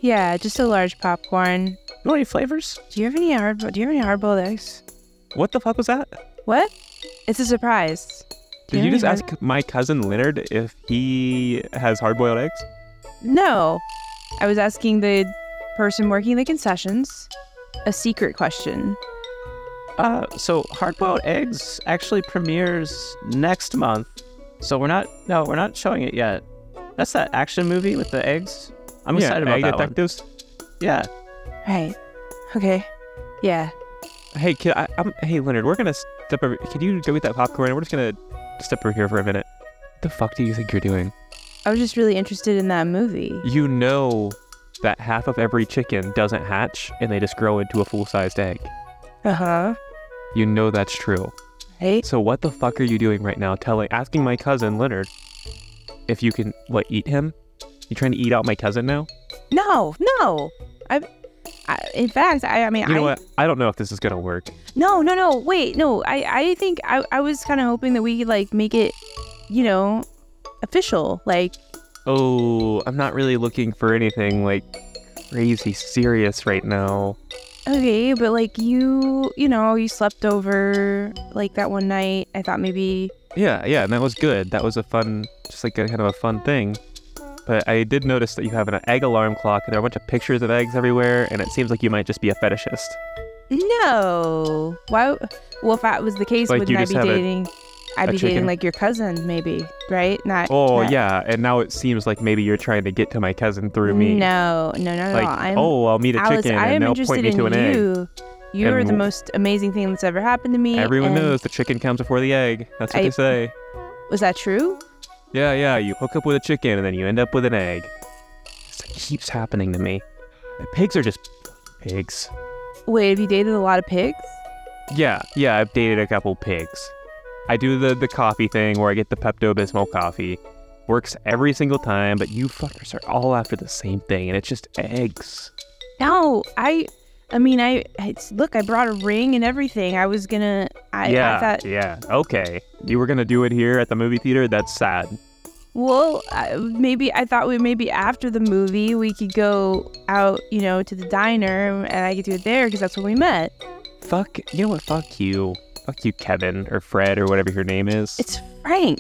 D: Yeah, just a large popcorn.
C: You want any flavors?
D: Do you have any hard? Do you have any hard-boiled eggs?
E: What the fuck was that?
D: What? It's a surprise.
E: Did you
D: Yeah,
E: just
D: yeah.
E: ask my cousin Leonard if he has hard boiled eggs?
D: No. I was asking the person working the concessions a secret question.
C: Uh, so Hardboiled Eggs actually premieres next month. So we're not no, we're not showing it yet. That's that action movie with the eggs. I'm
E: yeah,
C: excited about
E: egg
C: that one.
E: detectives.
C: Yeah.
D: Right. Okay. Yeah.
E: Hey, kid, I, I'm, hey Leonard, we're gonna step over. Can you go get that popcorn? We're just gonna step over here for a minute. What the fuck do you think you're doing?
D: I was just really interested in that movie.
E: You know that half of every chicken doesn't hatch and they just grow into a full-sized egg.
D: Uh huh.
E: You know that's true.
D: Right?
E: So what the fuck are you doing right now? Telling, asking my cousin Leonard if you can what eat him? You trying to eat out my cousin now?
D: No, no. I, I in fact, I, I mean,
E: You know
D: I
E: what? I don't know if this is gonna work.
D: no, no, no. Wait, no. I, I think I, I was kind of hoping that we could like make it, you know, official. Like,
E: Oh, I'm not really looking for anything like crazy serious right now.
D: okay, but like you, you know, you slept over like that one night. I thought maybe
E: Yeah, yeah, and that was good. That was a fun, just like a kind of a fun thing. But I did notice that you have an egg alarm clock, and there are a bunch of pictures of eggs everywhere, and it seems like you might just be a fetishist.
D: no. Why? Well, if that was the case,
E: Like, you
D: wouldn't I
E: just
D: be
E: have a-
D: dating? i I'd
E: a
D: be
E: chicken?
D: dating like your cousin, maybe, right? Not.
E: Oh
D: not-
E: yeah, and now it seems like maybe you're trying to get to my cousin through me.
D: No, no, not
E: Like,
D: at all. I'm,
E: oh, I'll meet a
D: Alice,
E: chicken,
D: I am
E: and they'll
D: interested
E: point me
D: in
E: to an egg.
D: you. You are
E: And
D: the
E: w-
D: most amazing thing that's ever happened to me.
E: Everyone
D: and-
E: knows the chicken comes before the egg. That's what
D: I-
E: they say.
D: Was that true?
E: Yeah, yeah, you hook up with a chicken and then you end up with an egg. This keeps happening to me. The pigs are just pigs.
D: Wait, have you dated a lot of pigs?
E: Yeah, yeah, I've dated a couple pigs. I do the, the coffee thing where I get the Pepto Bismol coffee. Works every single time, but you fuckers are all after the same thing, and it's just eggs.
D: No, I. I mean, I it's, look. I brought a ring and everything. I was gonna. I,
E: yeah,
D: I thought.
E: yeah, okay. You were gonna do it here at the movie theater? That's sad.
D: Well, I, maybe I thought we maybe after the movie we could go out, you know, to the diner and I could do it there because that's when we met.
E: Fuck, you know what? Fuck you. Fuck you, Kevin, or Fred, or whatever your name is.
D: It's Frank.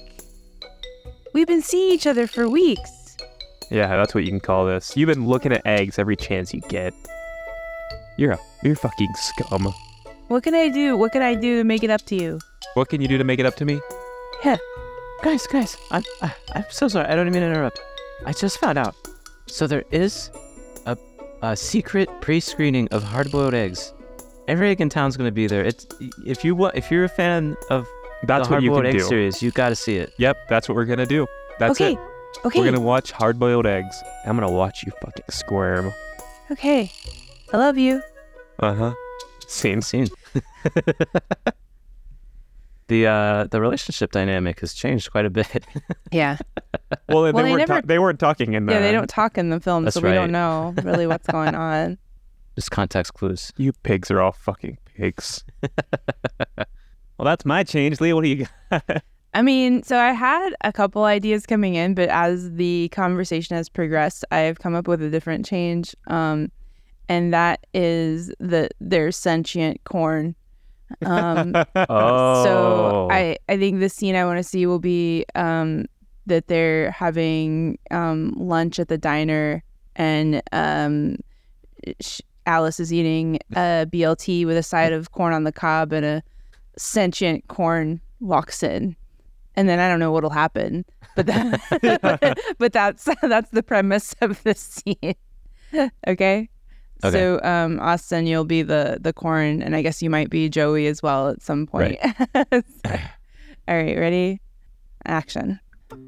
D: We've been seeing each other for weeks.
E: Yeah, that's what you can call this. You've been looking at eggs every chance you get. You're a you're fucking scum.
D: What can I do? What can I do to make it up to you?
E: What can you do to make it up to me?
C: Guys, guys, I'm I, I'm so sorry. I don't even interrupt. I just found out. So there is a a secret pre-screening of Hard-Boiled Eggs. Every egg in town's gonna be there. It's if you wa- if you're a fan of
E: That's
C: the
E: what you
C: Hard-Boiled
E: can
C: Egg
E: do.
C: series, you gotta see it.
E: Yep, that's what we're gonna do. That's
D: okay.
E: it.
D: Okay.
E: We're gonna watch hard-boiled eggs. I'm gonna watch you fucking squirm.
D: Okay. I love you.
E: Uh huh. Scene.
C: Scene. [laughs] the uh the relationship dynamic has changed quite a bit. [laughs]
D: Yeah.
E: Well, they,
D: Well, they
E: weren't
D: never-
E: ta- they weren't talking in the.
D: Yeah, they don't talk in the film,
C: That's
D: so we don't
C: right.
D: know really what's
E: [laughs]
D: going on.
C: Just context clues.
E: You pigs are all fucking
D: [laughs]
E: pigs. well, that's my change, Leah. What do you got?
D: I mean, so I had a couple ideas coming in, but as the conversation has progressed, I have come up with a different change. Um, and that is that there's sentient corn. Um,
C: Oh.
D: So I, I think the scene I want to see will be um, that they're having um, lunch at the diner and um, sh- Alice is eating a BLT with a side of corn on the cob and a sentient corn walks in. And then I don't know what'll happen, but that, [laughs] but that's that's the premise of the scene. [laughs] okay.
C: Okay.
D: So um, Austin, you'll be the the corn, and I guess you might be Joey as well at some point. [laughs] All right, ready? Action.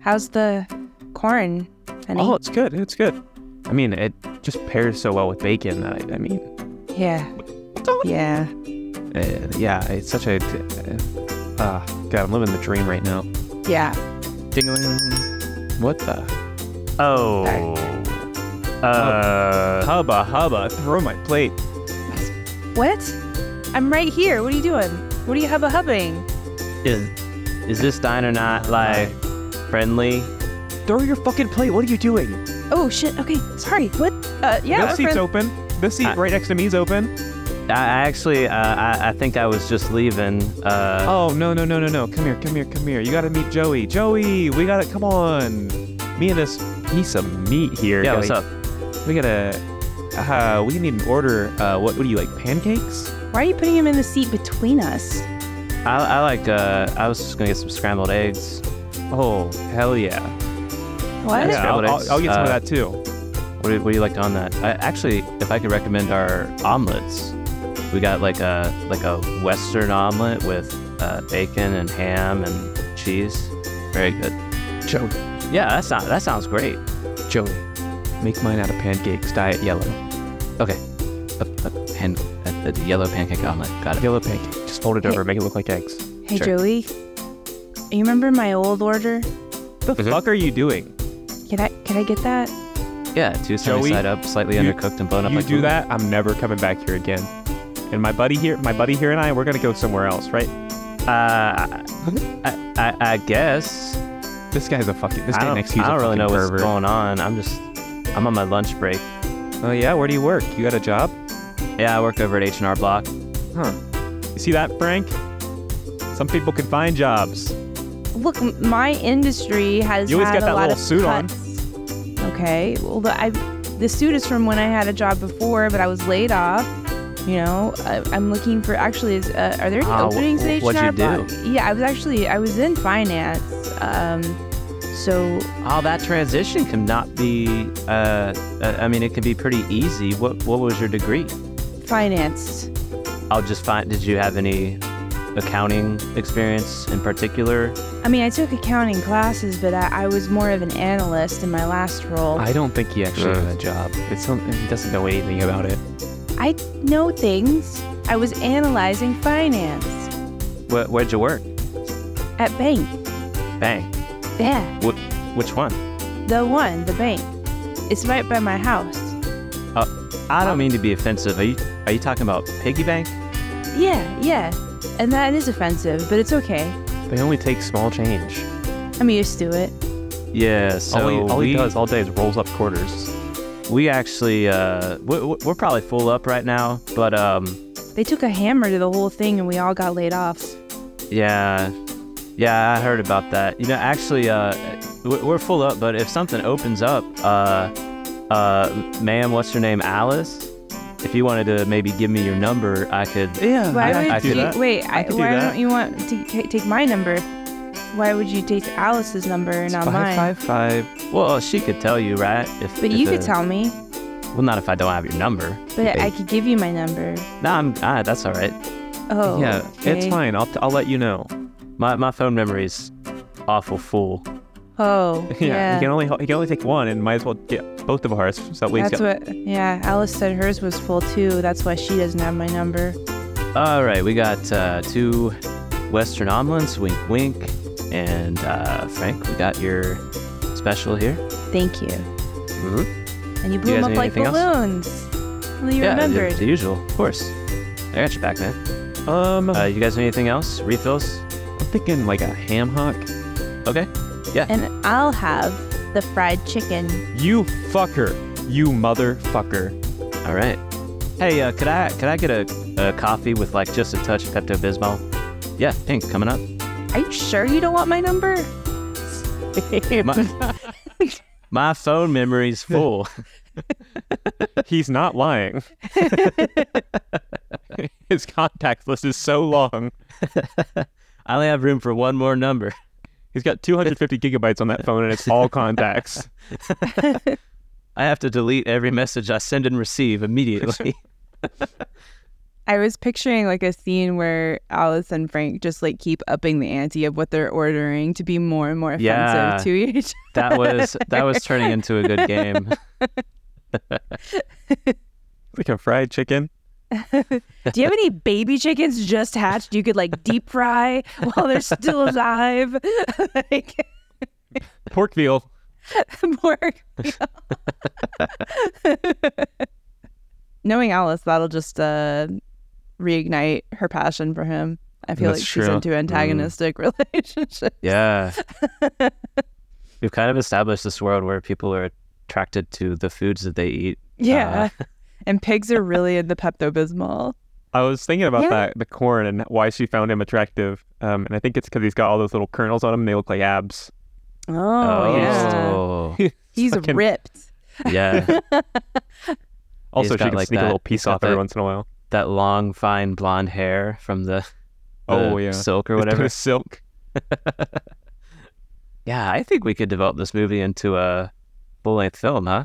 D: How's the corn, honey?
E: Oh, it's good. It's good. I mean, it just pairs so well with bacon. That I, I mean,
D: yeah. Yeah.
E: Uh, yeah, it's such a. Uh, ah, God, I'm living the dream right now.
D: Yeah.
E: Ding-a-ling. What the?
C: Oh. Uh,
E: Hubba hubba, throw my plate.
D: What? I'm right here. What are you doing? What are you hubba hubbing?
C: is is this diner not like friendly? Throw your fucking plate. What are you doing?
D: Oh shit. Okay. Sorry. What? Uh, yeah.
E: this
D: we're
E: seat's
D: friends.
E: open. This seat
C: Uh,
E: right next to me's open.
C: I I actually, uh, I, I think I was just leaving. Uh,
E: Oh no no no no no! Come here, come here, come here! You gotta meet Joey. Joey, we gotta come on. Me and this piece of meat here.
C: yeah,
E: gotta-
C: what's up?
E: We gotta. Uh, we need an order. Uh, what? What do you like? Pancakes?
D: Why are you putting him in the seat between us?
C: I, I like. Uh, I was just gonna get some scrambled eggs.
E: Oh hell yeah!
D: What?
C: That's
E: yeah, I'll,
C: scrambled
E: I'll-
C: eggs.
E: I'll get some of
C: Uh,
E: that too.
C: What do, what do you like on that? I, actually, if I could recommend our omelets, we got like a like a Western omelet with uh, bacon and ham and cheese. Very good.
E: Joey,
C: Yeah, that sounds that sounds great.
E: Joey, make mine out of pancakes, diet yellow,
C: Okay, a, a, pan, a, a yellow pancake omelet. Got it.
E: yellow pancake. Just fold it over, make it look like eggs.
D: Hey,
C: Sure.
D: Joey. You remember my old order?
E: What
C: Mm-hmm.
E: the fuck are you doing?
D: Can I can I get that?
C: Yeah, two sunny
E: Joey,
C: side up, slightly
E: you-
C: undercooked and blown up.
E: you
C: like
E: do
C: glue.
E: that, I'm never coming back here again. And my buddy here, my buddy here and I, we're gonna go somewhere else, right?
C: Uh, I, I, I guess.
E: This guy's a fucking. This
C: I
E: guy
C: don't,
E: next to you's
C: I
E: a
C: don't really
E: fucking
C: know
E: pervert.
C: what's going on. I'm just, I'm on my lunch break.
E: Oh yeah, where do you work? You got a job?
C: Yeah, I work over at H&R Block.
E: Huh. You see that, Frank? Some people can find jobs.
D: Look, m- my industry has
E: You always
D: had
E: got that
D: a lot of
E: little suit on.
D: cuts. on. Okay. Well, the, I the suit is from when I had a job before, but I was laid off. You know, I, I'm looking for actually. Is, uh, are there any
C: Ah, wh-
D: openings in
C: wh- what'd
D: HR?
C: you do?
D: Block? Uh, Yeah, I was actually I was in finance. Um, so
C: Oh, that transition cannot be. Uh, uh, I mean, it can be pretty easy. What What was your degree?
D: financed.
C: I'll just find. Did you have any accounting experience in particular?
D: I mean, I took accounting classes, but I, I was more of an analyst in my last role.
E: I don't think he actually
C: Ugh.
E: got a job. It's some, he doesn't know anything about it.
D: I know things. I was analyzing finance
C: Where, where'd you work?
D: at bank.
C: Bang.
D: Yeah,
C: Wh- which one?
D: the one, the bank. It's right by my house.
C: Uh, I don't mean to be offensive. Are you Are you talking about piggy bank?
D: Yeah, yeah. And that is offensive, but it's okay.
E: They only take small change.
D: I'm used to it.
C: Yeah. So
E: all he, all
C: we
E: he does all day is rolls up quarters.
C: we actually uh, we're, we're probably full up right now, but um.
D: They took a hammer to the whole thing and we all got laid off.
C: Yeah, yeah, I heard about that. You know, actually, uh, we- we're full up, but if something opens up, uh, uh, ma'am, what's your name, Alice? If you wanted to maybe give me your number, I could.
E: Yeah,
D: Why would
C: I could
D: you
C: do that.
D: wait? I,
E: could do
D: why
E: that.
D: don't you want to ca- take my number? Why would you take Alice's number and not mine?
E: Five five five.
C: Well, she could tell you, right? If,
D: But
C: if
D: you
C: uh,
D: could tell me.
C: Well, not if I don't have your number.
D: But I could give you my number.
C: No, I'm. Ah, that's all right.
D: Oh,
E: yeah, it's
D: okay.
E: fine. I'll, I'll let you know. [laughs]
C: My my phone memory's awful full.
D: Oh,
E: Yeah,
D: yeah.
E: He can only he can only take one, and might as well get both of ours. So that way he's
D: That's
E: got-
D: what. Yeah, Alice said hers was full too. That's why she doesn't have my number.
C: All right, we got uh, two Western omelets, wink, wink, and uh, Frank, we got your special here.
D: Thank you. Mm-hmm.
C: Mhm.
D: And you blew
C: guys
D: them
C: need
D: up like
C: anything
D: balloons. Well, you
C: yeah, the-
D: remembered.
C: the usual, of course. I got your back, man.
E: um,
C: Uh, you guys need anything else? Refills?
E: I'm thinking like a ham hock.
C: Okay.
D: And I'll have the fried chicken.
E: You fucker,
C: [laughs]
E: you motherfucker.
C: All right. Hey, uh, could I could I get a, a coffee with like just a touch of Pepto Bismol? Yeah, pink coming up.
D: Are you sure you don't want my number?
C: My, my phone memory's full. [laughs]
E: He's not lying. [laughs] His contact list is so long.
C: I only have room for one more number.
E: He's got 250 gigabytes on that phone, and it's
C: [laughs]
E: all contacts.
C: I have to delete every message I send and receive immediately.
D: [laughs] I was picturing like a scene where Alice and Frank just like keep upping the ante of what they're ordering to be more and more offensive
C: Yeah.
D: to [laughs] each.
C: [laughs] that was that was turning into a good game.
E: like a fried chicken.
D: Do you have any baby chickens just hatched you could like deep fry while they're still alive? [laughs] like
E: Pork veal.
D: pork. Knowing Alice, that'll just uh, reignite her passion for him. I feel
E: That's
D: like she's
E: true. Mm. Ah.
D: into antagonistic [laughs] relationships.
C: Yeah. We've kind of established this world where people are attracted to the foods that they eat.
D: Yeah. and pigs are really in the Pepto Bismol.
E: I was thinking about
D: Yeah.
E: that, the corn and why she found him attractive. Um, and I think it's because he's got all those little kernels on him and they look like abs.
D: Oh,
C: Oh,
D: yeah. He's
E: Fucking-
D: ripped.
C: yeah.
E: Also,
C: He's
E: she
C: got
E: can
C: like
E: sneak
C: that-
E: a little
C: he's
E: piece
C: got
E: off every
C: that
E: once in a while.
C: That long, fine blonde hair from the, the
E: Oh, yeah.
C: silk
E: [laughs]
C: or
E: It's kinda
C: whatever.
E: silk.
C: Yeah, I think we could develop this movie into a full length film, huh?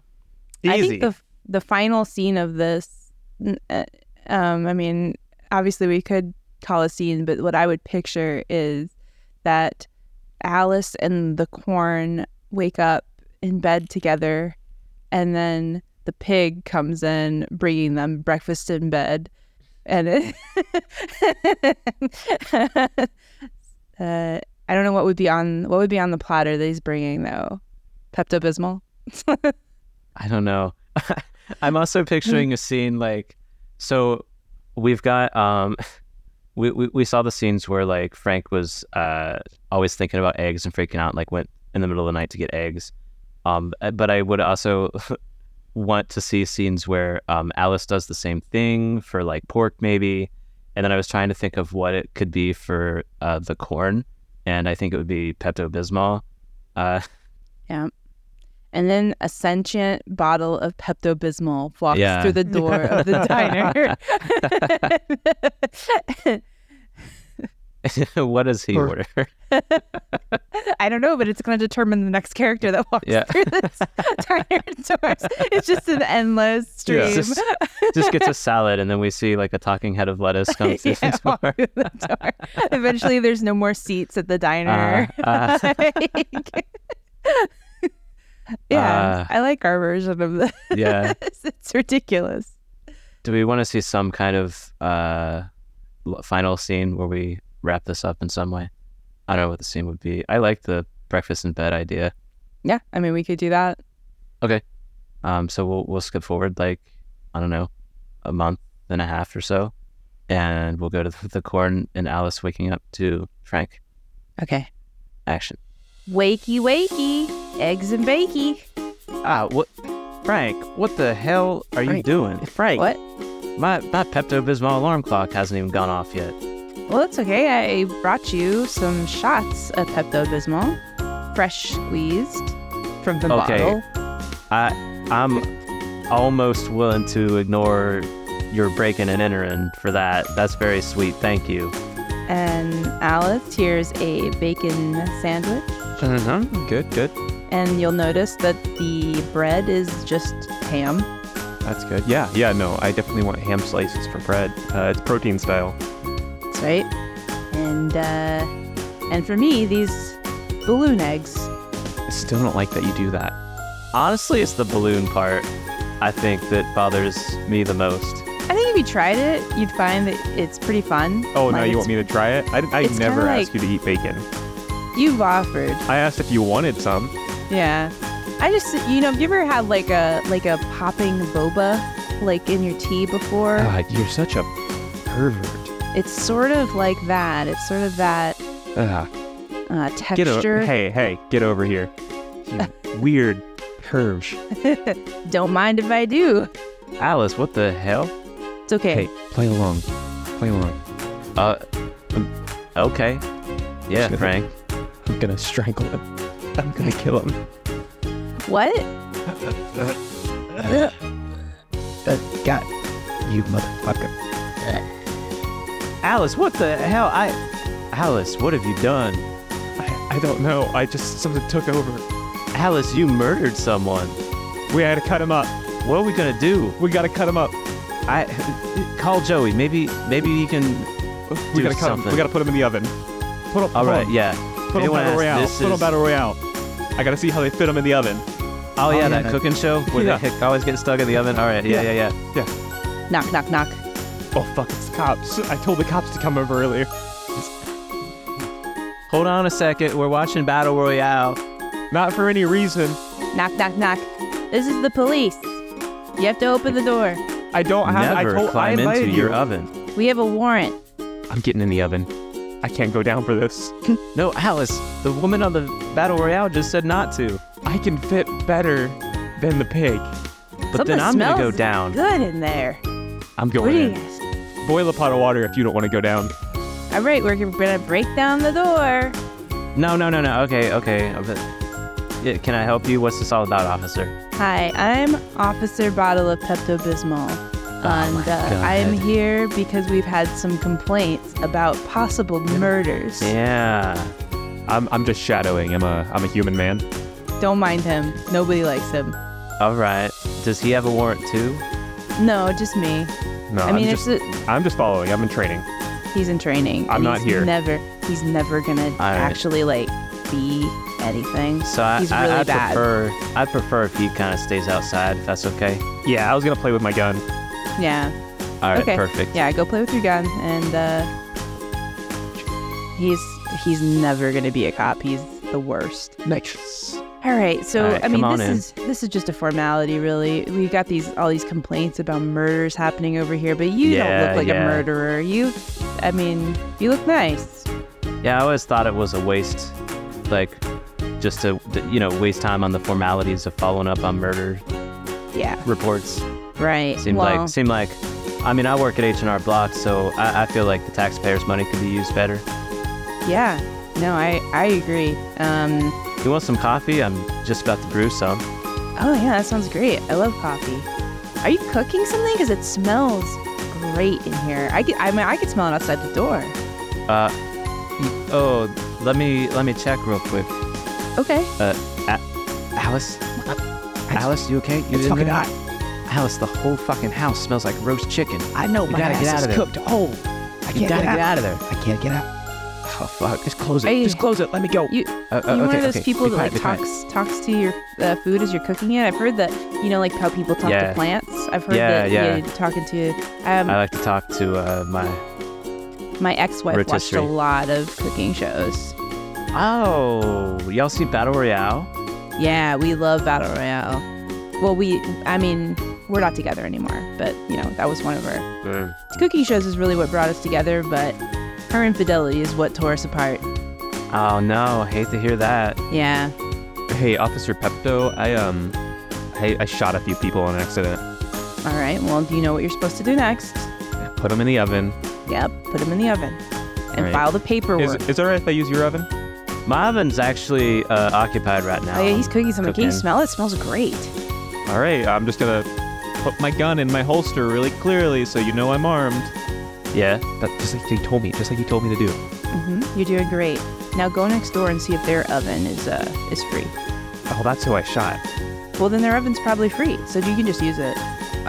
D: I
B: Easy.
D: think the the final scene of this, n- uh, um, I mean, obviously we could call a scene, but what I would picture is that Alice and the corn wake up in bed together, and then the pig comes in, bringing them breakfast in bed, and it. [laughs] uh, I don't know what would be on what would be on the platter that he's bringing though, Pepto Bismol.
C: I don't know. [laughs] I'm also picturing a scene like so we've got um [laughs] we, we, we saw the scenes where like Frank was uh always thinking about eggs and freaking out like went in the middle of the night to get eggs. Um but I would also [laughs] want to see scenes where um Alice does the same thing for like pork maybe. And then I was trying to think of what it could be for uh, the corn, and I think it would be Pepto Bismol. Uh, [laughs]
D: and then a sentient bottle of Pepto Bismol walks
C: Yeah.
D: through the door of the diner.
C: what does he
E: Or-
C: order?
D: [laughs] I don't know, but it's going to determine the next character that walks
C: Yeah.
D: through this diner doors. It's just an endless stream.
C: Yeah.
D: [laughs]
C: Just- just gets a salad and then we see like a talking head of
D: [laughs]
C: lettuce come through
D: Yeah,
C: the
D: walk
C: door. [laughs]
D: through the door. Eventually, there's no more seats at the diner.
C: Uh,
D: [laughs] yeah,
C: Uh.
D: I like our version of this. [laughs]
C: yeah.
D: it's ridiculous.
C: Do we want to see some kind of uh, l- final scene where we wrap this up in some way? I don't know what the scene would be. I like the breakfast in bed idea.
D: Yeah, I mean, we could do that.
C: Um, so we'll we'll skip forward like I don't know a month and a half or so, and we'll go to the, the corn and Alice waking up to Frank.
D: Okay.
C: Action.
D: Wakey, wakey, eggs and bakey.
C: Ah, what? Frank, what the hell are
D: Frank.
C: doing? Frank,
D: What?
C: My my Pepto Bismol alarm clock hasn't even gone off yet.
D: Well, it's okay. I brought you some shots of Pepto Bismol, fresh squeezed from the
C: Okay.
D: bottle.
C: I I'm almost willing to ignore your breaking and entering for that. That's very sweet. Thank you.
D: And Alice, here's a bacon sandwich.
E: Uh-huh. Good, good.
D: And you'll notice that the bread is just ham.
E: That's good. Yeah, yeah, no, I definitely want ham slices for bread. Uh, it's protein style.
D: That's right. And uh, and for me, these balloon eggs.
E: I still don't like that you do that.
C: Honestly, it's the balloon part I think that bothers me the most.
D: I think if you tried it, you'd find that it's pretty fun.
E: Oh, now
D: Like,
E: you
D: it's-
E: want me to try it? I, I
D: it's
E: never
D: kinda
E: asked
D: like-
E: you to eat bacon.
D: You've offered.
E: I asked if you wanted some.
D: Yeah. I just you know, have you ever had like a like a popping boba like in your tea before?
E: God, you're such a pervert.
D: It's sort of like that. It's sort of that
C: Ah,
E: Ugh,
D: uh,
E: get
D: texture.
E: over. Hey, hey, get over here.
D: [laughs]
E: You weird perv.
D: Don't mind if I do.
C: Alice, what the hell?
D: It's okay.
E: play along. Play along.
C: Uh, um, okay. Yeah, Frank.
E: I'm gonna strangle him. I'm gonna kill him.
D: What?
F: got you motherfucker.
C: Alice, what the hell? I. Alice, what have you done?
E: I, I don't know. I just something took over.
C: Alice, you murdered someone.
E: We had to cut him up.
C: What are we gonna do?
E: We gotta cut him up.
C: I call Joey. Maybe, maybe he can.
E: We
C: Do
E: gotta cut him.
C: something.
E: We gotta put him in the oven. Put him.
C: All
E: put
C: right,
E: him-
C: yeah.
E: Put him
C: Anyone
E: battle
C: ask,
E: royale.
C: this
E: Put him
C: is-
E: battle royale. I gotta see how they fit him in the oven.
C: Oh, yeah, that
F: yeah.
C: cooking show where they [laughs] always get stuck in the oven. All right, yeah,
E: Yeah.
C: yeah, yeah.
D: Knock knock knock.
E: Oh fuck! It's the cops. I told the cops to come over earlier.
C: Hold on a second. We're watching Battle Royale.
E: Not for any reason.
D: Knock knock knock. This is the police. You have to open the door.
E: I don't have.
C: Never
E: I told. I
C: climb
E: invited
C: into
E: you.
C: your oven.
D: We have a warrant.
E: I'm getting in the oven. I can't go down for this.
C: No, Alice, the woman on the Battle Royale just said not to.
E: I can fit better than the pig.
C: But then I'm going to
D: Something
C: go
D: smells
C: down.
D: Good in there.
E: I'm
D: What
E: going
D: do you
E: in.
D: guys?
E: boil a pot of water if you don't want to go down.
D: All right, we're gonna break down the door.
C: No, no, no, no. Okay, okay. Uh, but- Yeah, can I help you? What's this all about, officer?
D: Hi, I'm Officer Bottle of Pepto Bismol. And uh, I'm
C: Oh God.
D: here because we've had some complaints about possible murders.
C: Yeah.
E: I'm, I'm just shadowing. I'm a I'm a human man.
D: Don't mind him. Nobody likes him.
C: All right. Does he have a warrant too?
D: No, just me.
E: No,
D: I mean,
E: am
D: it's
E: just I'm just following. I'm in training.
D: he's in training. and
E: I'm not
D: he's
E: here.
D: Never. He's never gonna
C: right.
D: actually like be anything.
C: So I,
D: he's
C: I,
D: really
C: I
D: bad.
C: prefer I prefer if he kind of stays outside. If that's okay.
E: Yeah, I was gonna play with my gun.
D: yeah.
C: All right.
D: okay.
C: Perfect.
D: Yeah, go play with your gun, and uh, he's he's never gonna be a cop. He's the worst.
F: Nice.
D: All right, so
C: All right,
D: I mean,
C: come on
D: this
C: in.
D: is this is just a formality, really. We got these all these complaints about murders happening over here, but you don't
C: Yeah,
D: look like
C: yeah.
D: a murderer. You, I mean, you look nice.
C: Yeah, I always thought it was a waste, like, just to you know waste time on the formalities of following up on murder
D: Yeah,
C: reports.
D: right.
C: Seemed
D: well,
C: like seemed like, I mean, I work at H and R Block, so I, I feel like the taxpayers' money could be used better.
D: yeah. No, I I agree. Um,
C: You want some coffee? I'm just about to brew some.
D: oh yeah, that sounds great. I love coffee. Are you cooking something? Because it smells great in here. I could, I mean, I could smell it outside the door.
C: Uh, y- oh, let me let me check real quick.
D: Okay.
C: Uh, A- Alice, Alice, you okay? You
F: It's
C: in
F: fucking
C: there?
F: hot.
C: Alice, the whole fucking house smells like roast chicken.
F: I know
C: You
F: my
C: gotta
F: ass
C: get out
F: is
C: of there.
F: cooked. Oh, I
C: You
F: can't
C: gotta
F: get, out.
C: of there.
F: I can't get out.
C: Oh fuck.
F: Just close it.
D: Hey.
F: Just close it. Let me go.
D: You,
C: Uh, uh,
D: you one
C: okay,
D: of those
C: okay.
D: people
C: Be
D: that
C: quiet, be
D: like
C: quiet.
D: talks talks to your uh, food as you're cooking it. I've heard that you know like how people talk
C: Yeah.
D: to plants. I've heard
C: Yeah,
D: that
C: yeah.
D: you talking to um,
C: I like to talk to uh, my.
D: my ex-wife watched
C: rotisserie.
D: a lot of cooking shows.
C: Oh, y'all see Battle Royale?
D: Yeah, we love battle royale. Well, we I mean we're not together anymore, but you know that was one of our
C: Mm.
D: cooking shows is really what brought us together. But her infidelity is what tore us apart.
C: Oh no, hate to hear that.
D: Yeah.
E: Hey, Officer Pepto, I um, I, I shot a few people on accident.
D: All right. Well, do you know what you're supposed to do next?
E: Put them in the oven.
D: Yep. Put them in the oven and
E: Right.
D: file the paperwork.
E: Is is it alright if I use your oven?
C: My oven's actually uh, occupied right now.
D: Oh yeah, he's cooking something. Can you
C: cooking.
D: smell it? It smells great.
E: All right, I'm just gonna put my gun in my holster really clearly so you know I'm armed.
C: Yeah.
E: That just like you told me, just like you told me to do.
D: hmm You're doing great. Now go next door and see if their oven is uh is free.
E: Oh, that's who I shot.
D: Well, then their oven's probably free, so you can just use it.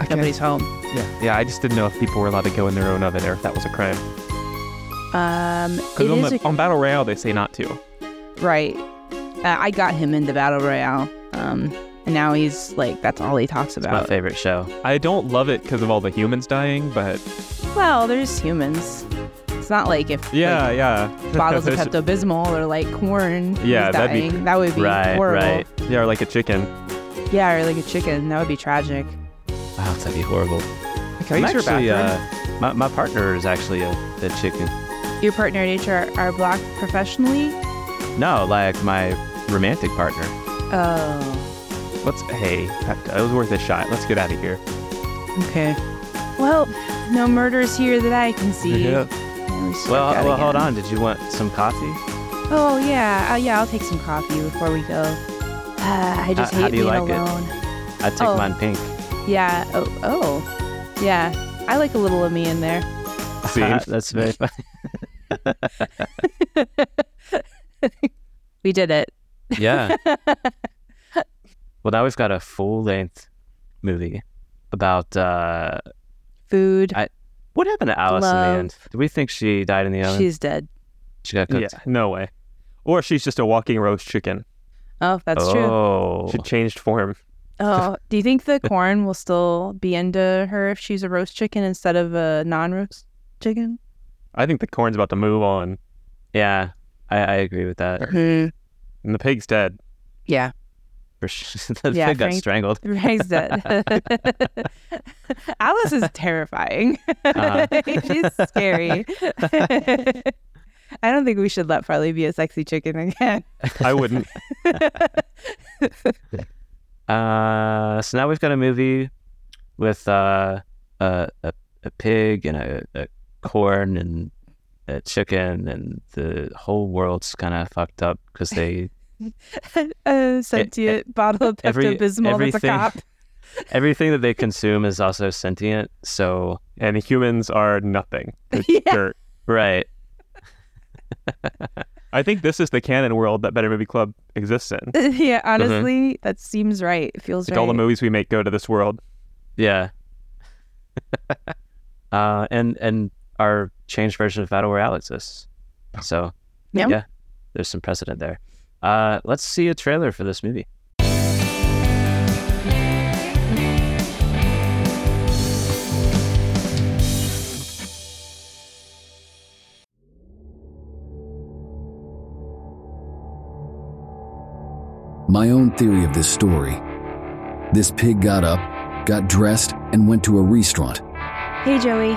D: Nobody's home.
E: Yeah, yeah. I just didn't know if people were allowed to go in their own oven or if that was a crime.
D: Um, it
E: Because on,
D: is
E: the-
D: a-
E: on Battle Royale they say not to.
D: right. Uh, I got him into battle royale. Um, and now he's like that's all he talks
C: My
D: about.
C: favorite show.
E: I don't love it because of all the humans dying, but
D: Well, they're just humans. It's not like if
E: yeah, [laughs]
D: like,
E: yeah.
D: bottles of
E: There's-
D: Pepto Bismol or like corn.
E: Yeah,
D: is
E: that'd be-
D: dying. that would be
C: right,
D: horrible.
C: right.
E: Yeah, or like a chicken.
D: Yeah, or like a chicken. That would be tragic.
C: Oh, that'd be horrible. I'm
E: Can I use your
C: actually,
E: bathroom?
C: uh, my, my partner is actually a, a chicken.
D: your partner at HR are blocked professionally?
C: No, like my romantic partner.
D: Oh,
E: Let's hey, Pepto, it was worth a shot. Let's get out of here.
D: okay. Well, no murders here that I can see.
E: Yeah.
D: Yeah, we struck
C: Well,
D: out
C: well, hold
D: again.
C: on. Did you want some coffee?
D: Oh yeah, uh, yeah. I'll take some coffee before we go. Uh, I just
C: How-
D: hate
C: how do you
D: being
C: like it?
D: alone.
C: I take
D: Oh.
C: mine pink.
D: Yeah. Oh, oh. Yeah. I like a little of me in there.
E: See?
C: [laughs] That's very funny.
D: We did it.
C: Yeah. well, now we've got a full length movie about uh,
D: Food.
C: I- what happened to Alice in
D: Love.
C: the end. Do we think she died in the oven?
D: She's dead.
C: she got
E: Yeah,
C: cooked.
E: no way. Or she's just a walking roast chicken.
D: Oh, that's true.
C: oh,
E: She changed form.
D: Oh, do you think the corn will still be into her if she's a roast chicken instead of a non-roast chicken?
E: I think the corn's about to move on,
C: yeah. I, I agree with that.
E: and the pig's dead.
D: Yeah. [laughs]
C: For sure. [laughs] the
D: Yeah,
C: pig got
D: Frank-
C: strangled.
D: Ray's dead. [laughs] Alice is terrifying.
C: Uh-huh.
D: [laughs] She's scary. [laughs] I don't think we should let Farley be a sexy chicken again. [laughs]
E: I wouldn't.
C: Uh, so now we've got a movie with uh, uh, a, a a pig and a, a corn and a chicken, and the whole world's kind of fucked up because they
D: a sentient bottle of
C: E-, every-
D: Pepto Bismol that's a
C: everything-
D: cop.
C: everything that they consume is also sentient. So
E: and humans are nothing. They're
D: Yeah.
E: dirt.
C: right,
E: I think this is the canon world that Better Movie Club exists in.
D: [laughs]
C: Mm-hmm.
D: yeah, honestly, that seems right. It feels
E: Like
D: right.
E: all the movies we make go to this world.
C: yeah. [laughs] uh, and and our changed version of Battle Royale exists. So
D: Yeah.
C: yeah, there's some precedent there. Uh, let's see a trailer for this movie.
G: My own theory of this story. This pig got up, got dressed, and went to a restaurant.
D: Hey, Joey.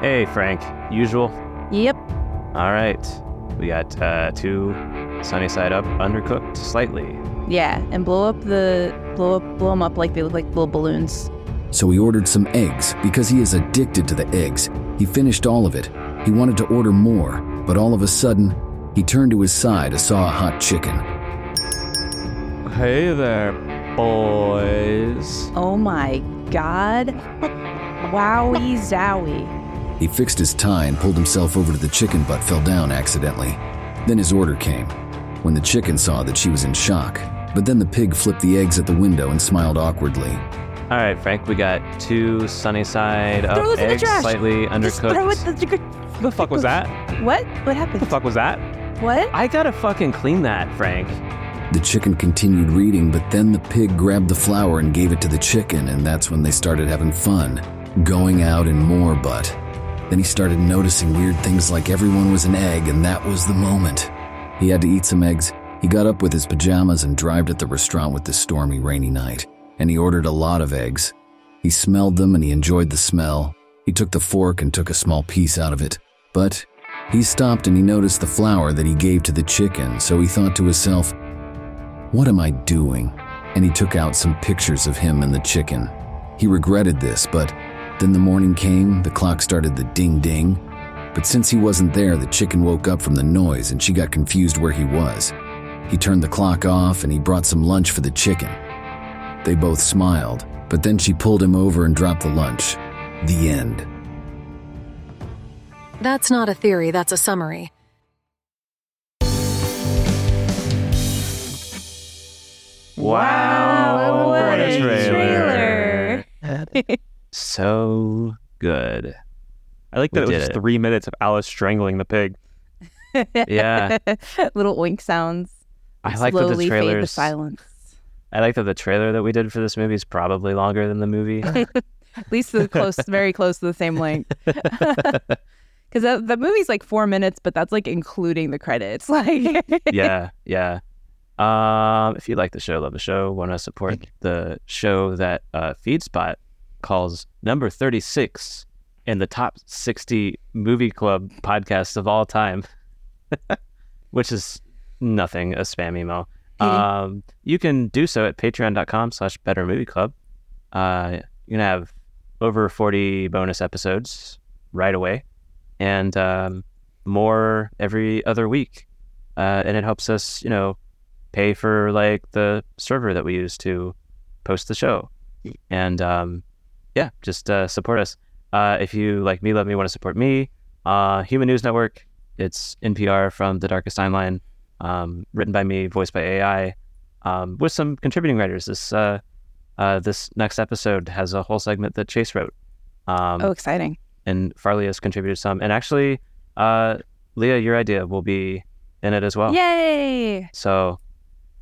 C: Hey Frank, usual.
D: Yep.
C: All right, we got uh, two sunny side up, undercooked slightly.
D: Yeah, and blow up the blow up blow them up like they look like little balloons.
G: So he ordered some eggs because he is addicted to the eggs. He finished all of it. He wanted to order more, but all of a sudden, he turned to his side and saw a hot chicken.
F: Hey there, boys.
D: Oh my god. Wowie zowie.
G: He fixed his tie and pulled himself over to the chicken but fell down accidentally. Then his order came. When the chicken saw that she was in shock, but then the pig flipped the eggs at the window and smiled awkwardly.
C: All right, Frank, we got two sunny side up,
D: Throw it in the
C: eggs
D: trash.
C: slightly
D: Just throw
C: undercooked.
D: it the
F: The fuck was that?
D: What? What
F: The
D: happened?
F: fuck was that?
D: What?
C: I gotta fucking clean that, Frank.
G: The chicken continued reading, but then the pig grabbed the flour and gave it to the chicken, and that's when they started having fun, going out and more but. Then he started noticing weird things like everyone was an egg, and that was the moment. He had to eat some eggs. He got up with his pajamas and drived at the restaurant with the stormy, rainy night, and he ordered a lot of eggs. He smelled them and he enjoyed the smell. He took the fork and took a small piece out of it, but he stopped and he noticed the flour that he gave to the chicken, so he thought to himself, what am I doing? And he took out some pictures of him and the chicken. He regretted this, but then the morning came, the clock started the ding ding. But since he wasn't there, the chicken woke up from the noise and she got confused where he was. He turned the clock off and he brought some lunch for the chicken. They both smiled, but then she pulled him over and dropped the lunch. The end.
H: That's not a theory, that's a summary.
D: Wow, what a trailer.
C: So good.
E: I like
C: We
E: that it was
C: did
E: just
C: it.
E: three minutes of Alice strangling the pig.
C: Yeah.
D: [laughs] Little oink sounds.
C: I like that
D: slowly
C: the
D: fade to
C: trailers. I
D: silence.
C: like that the trailer that we did for this movie is probably longer than the
D: [laughs]
C: movie.
D: At least the close,
C: [laughs]
D: very close to the same length. [laughs] Because the, the movie's like four minutes, but that's like including the credits. [laughs] Like,
C: yeah, yeah. Um, if you like the show, love the show, want to support the show that uh, FeedSpot calls number 36 in the top 60 movie club podcasts of all time, [laughs] which is nothing, a spam email. Um, you can do so at patreon.com slash better movie club. Uh, you're going to have over 40 bonus episodes right away and um, more every other week uh, and it helps us, you know, pay for like the server that we use to post the show, and um, yeah, just uh, support us. Uh, if you like me, love me, want to support me, uh, Human News Network. It's NPR from the Darkest Timeline, um, written by me, voiced by AI, um, with some contributing writers. This uh, uh, this next episode has a whole segment that Chase wrote. Um,
D: [laughs] oh, exciting.
C: and Farley has contributed some. And actually, uh, Leah, your idea will be in it as well.
D: Yay!
C: So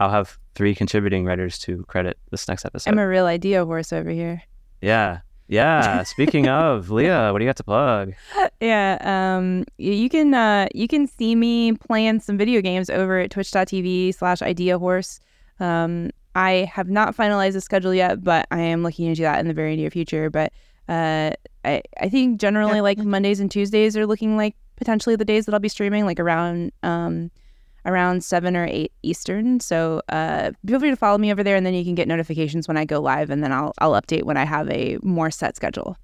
C: I'll have three contributing writers to credit this next episode.
D: I'm a real idea horse over here.
C: yeah. Yeah.
D: [laughs]
C: Speaking of, Leah, what do you got to plug?
D: Yeah, um, y- you can uh, you can see me playing some video games over at twitch.tv slash idea horse. Um, I have not finalized the schedule yet, but I am looking into that in the very near future. But uh, I, I think generally like Mondays and Tuesdays are looking like potentially the days that I'll be streaming, like around um, around seven or eight Eastern. So uh, feel free to follow me over there, and then you can get notifications when I go live, and then I'll I'll update when I have a more set schedule.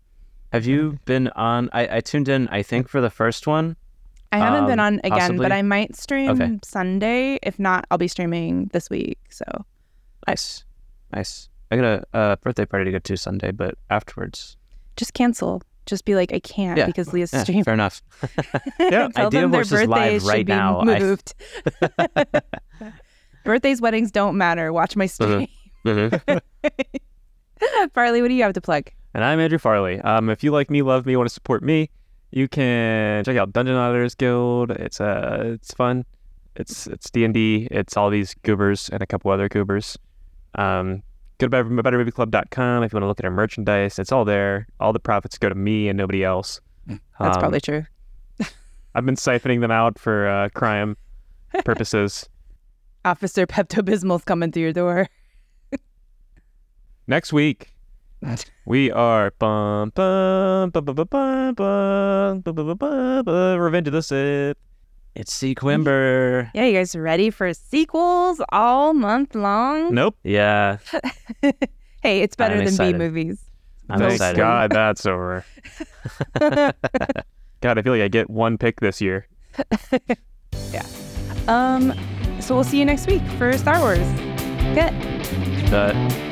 C: Have you been on? I, I tuned in, I think, for the first one.
D: I haven't been
C: Um,
D: on again,
C: possibly.
D: but I might stream
C: Okay.
D: Sunday. If not, I'll be streaming this week. So
C: Nice. Nice. I got a uh, birthday party to go to Sunday, but afterwards.
D: just cancel. Just be like, I can't
C: Yeah.
D: because Leah's
C: Yeah,
D: streaming.
C: fair
D: [laughs]
C: enough.
E: Yeah.
D: Tell
C: Idea
D: them their
C: Works is live
D: birthdays
C: right
D: should be
C: now. I- [laughs]
D: moved. [laughs] Birthdays, weddings don't matter. Watch my
C: Mm-hmm.
D: stream. [laughs] Farley, what do you have to plug?
E: And I'm Andrew Farley. Um, if you like me, love me, want to support me, you can check out Dungeon Auditors Guild. It's uh, it's fun. It's it's D and D. It's all these goobers and a couple other goobers. Um, go to better, bettermovieclub.com if you want to look at our merchandise. It's all there. All the profits go to me and nobody else.
D: Hmm. That's
E: Um,
D: probably true.
E: I've been siphoning them out for uh,
D: [laughs]
E: crime purposes.
D: Officer Pepto Bismol's coming through your door.
E: Next week, we are bum bum bum bum bum bum bum bum bum bum bum Revenge of the Sith.
C: It's C. Quimber.
D: Yeah, you guys ready for sequels all month long?
E: Nope.
C: Yeah.
D: Hey, it's better
C: I'm
D: than
C: excited.
D: B movies.
C: I'm
E: Thank
C: excited.
E: God that's over. [laughs] God, I feel like I get one pick this year.
D: Um, so we'll see you next week for Star Wars. Good.
C: But-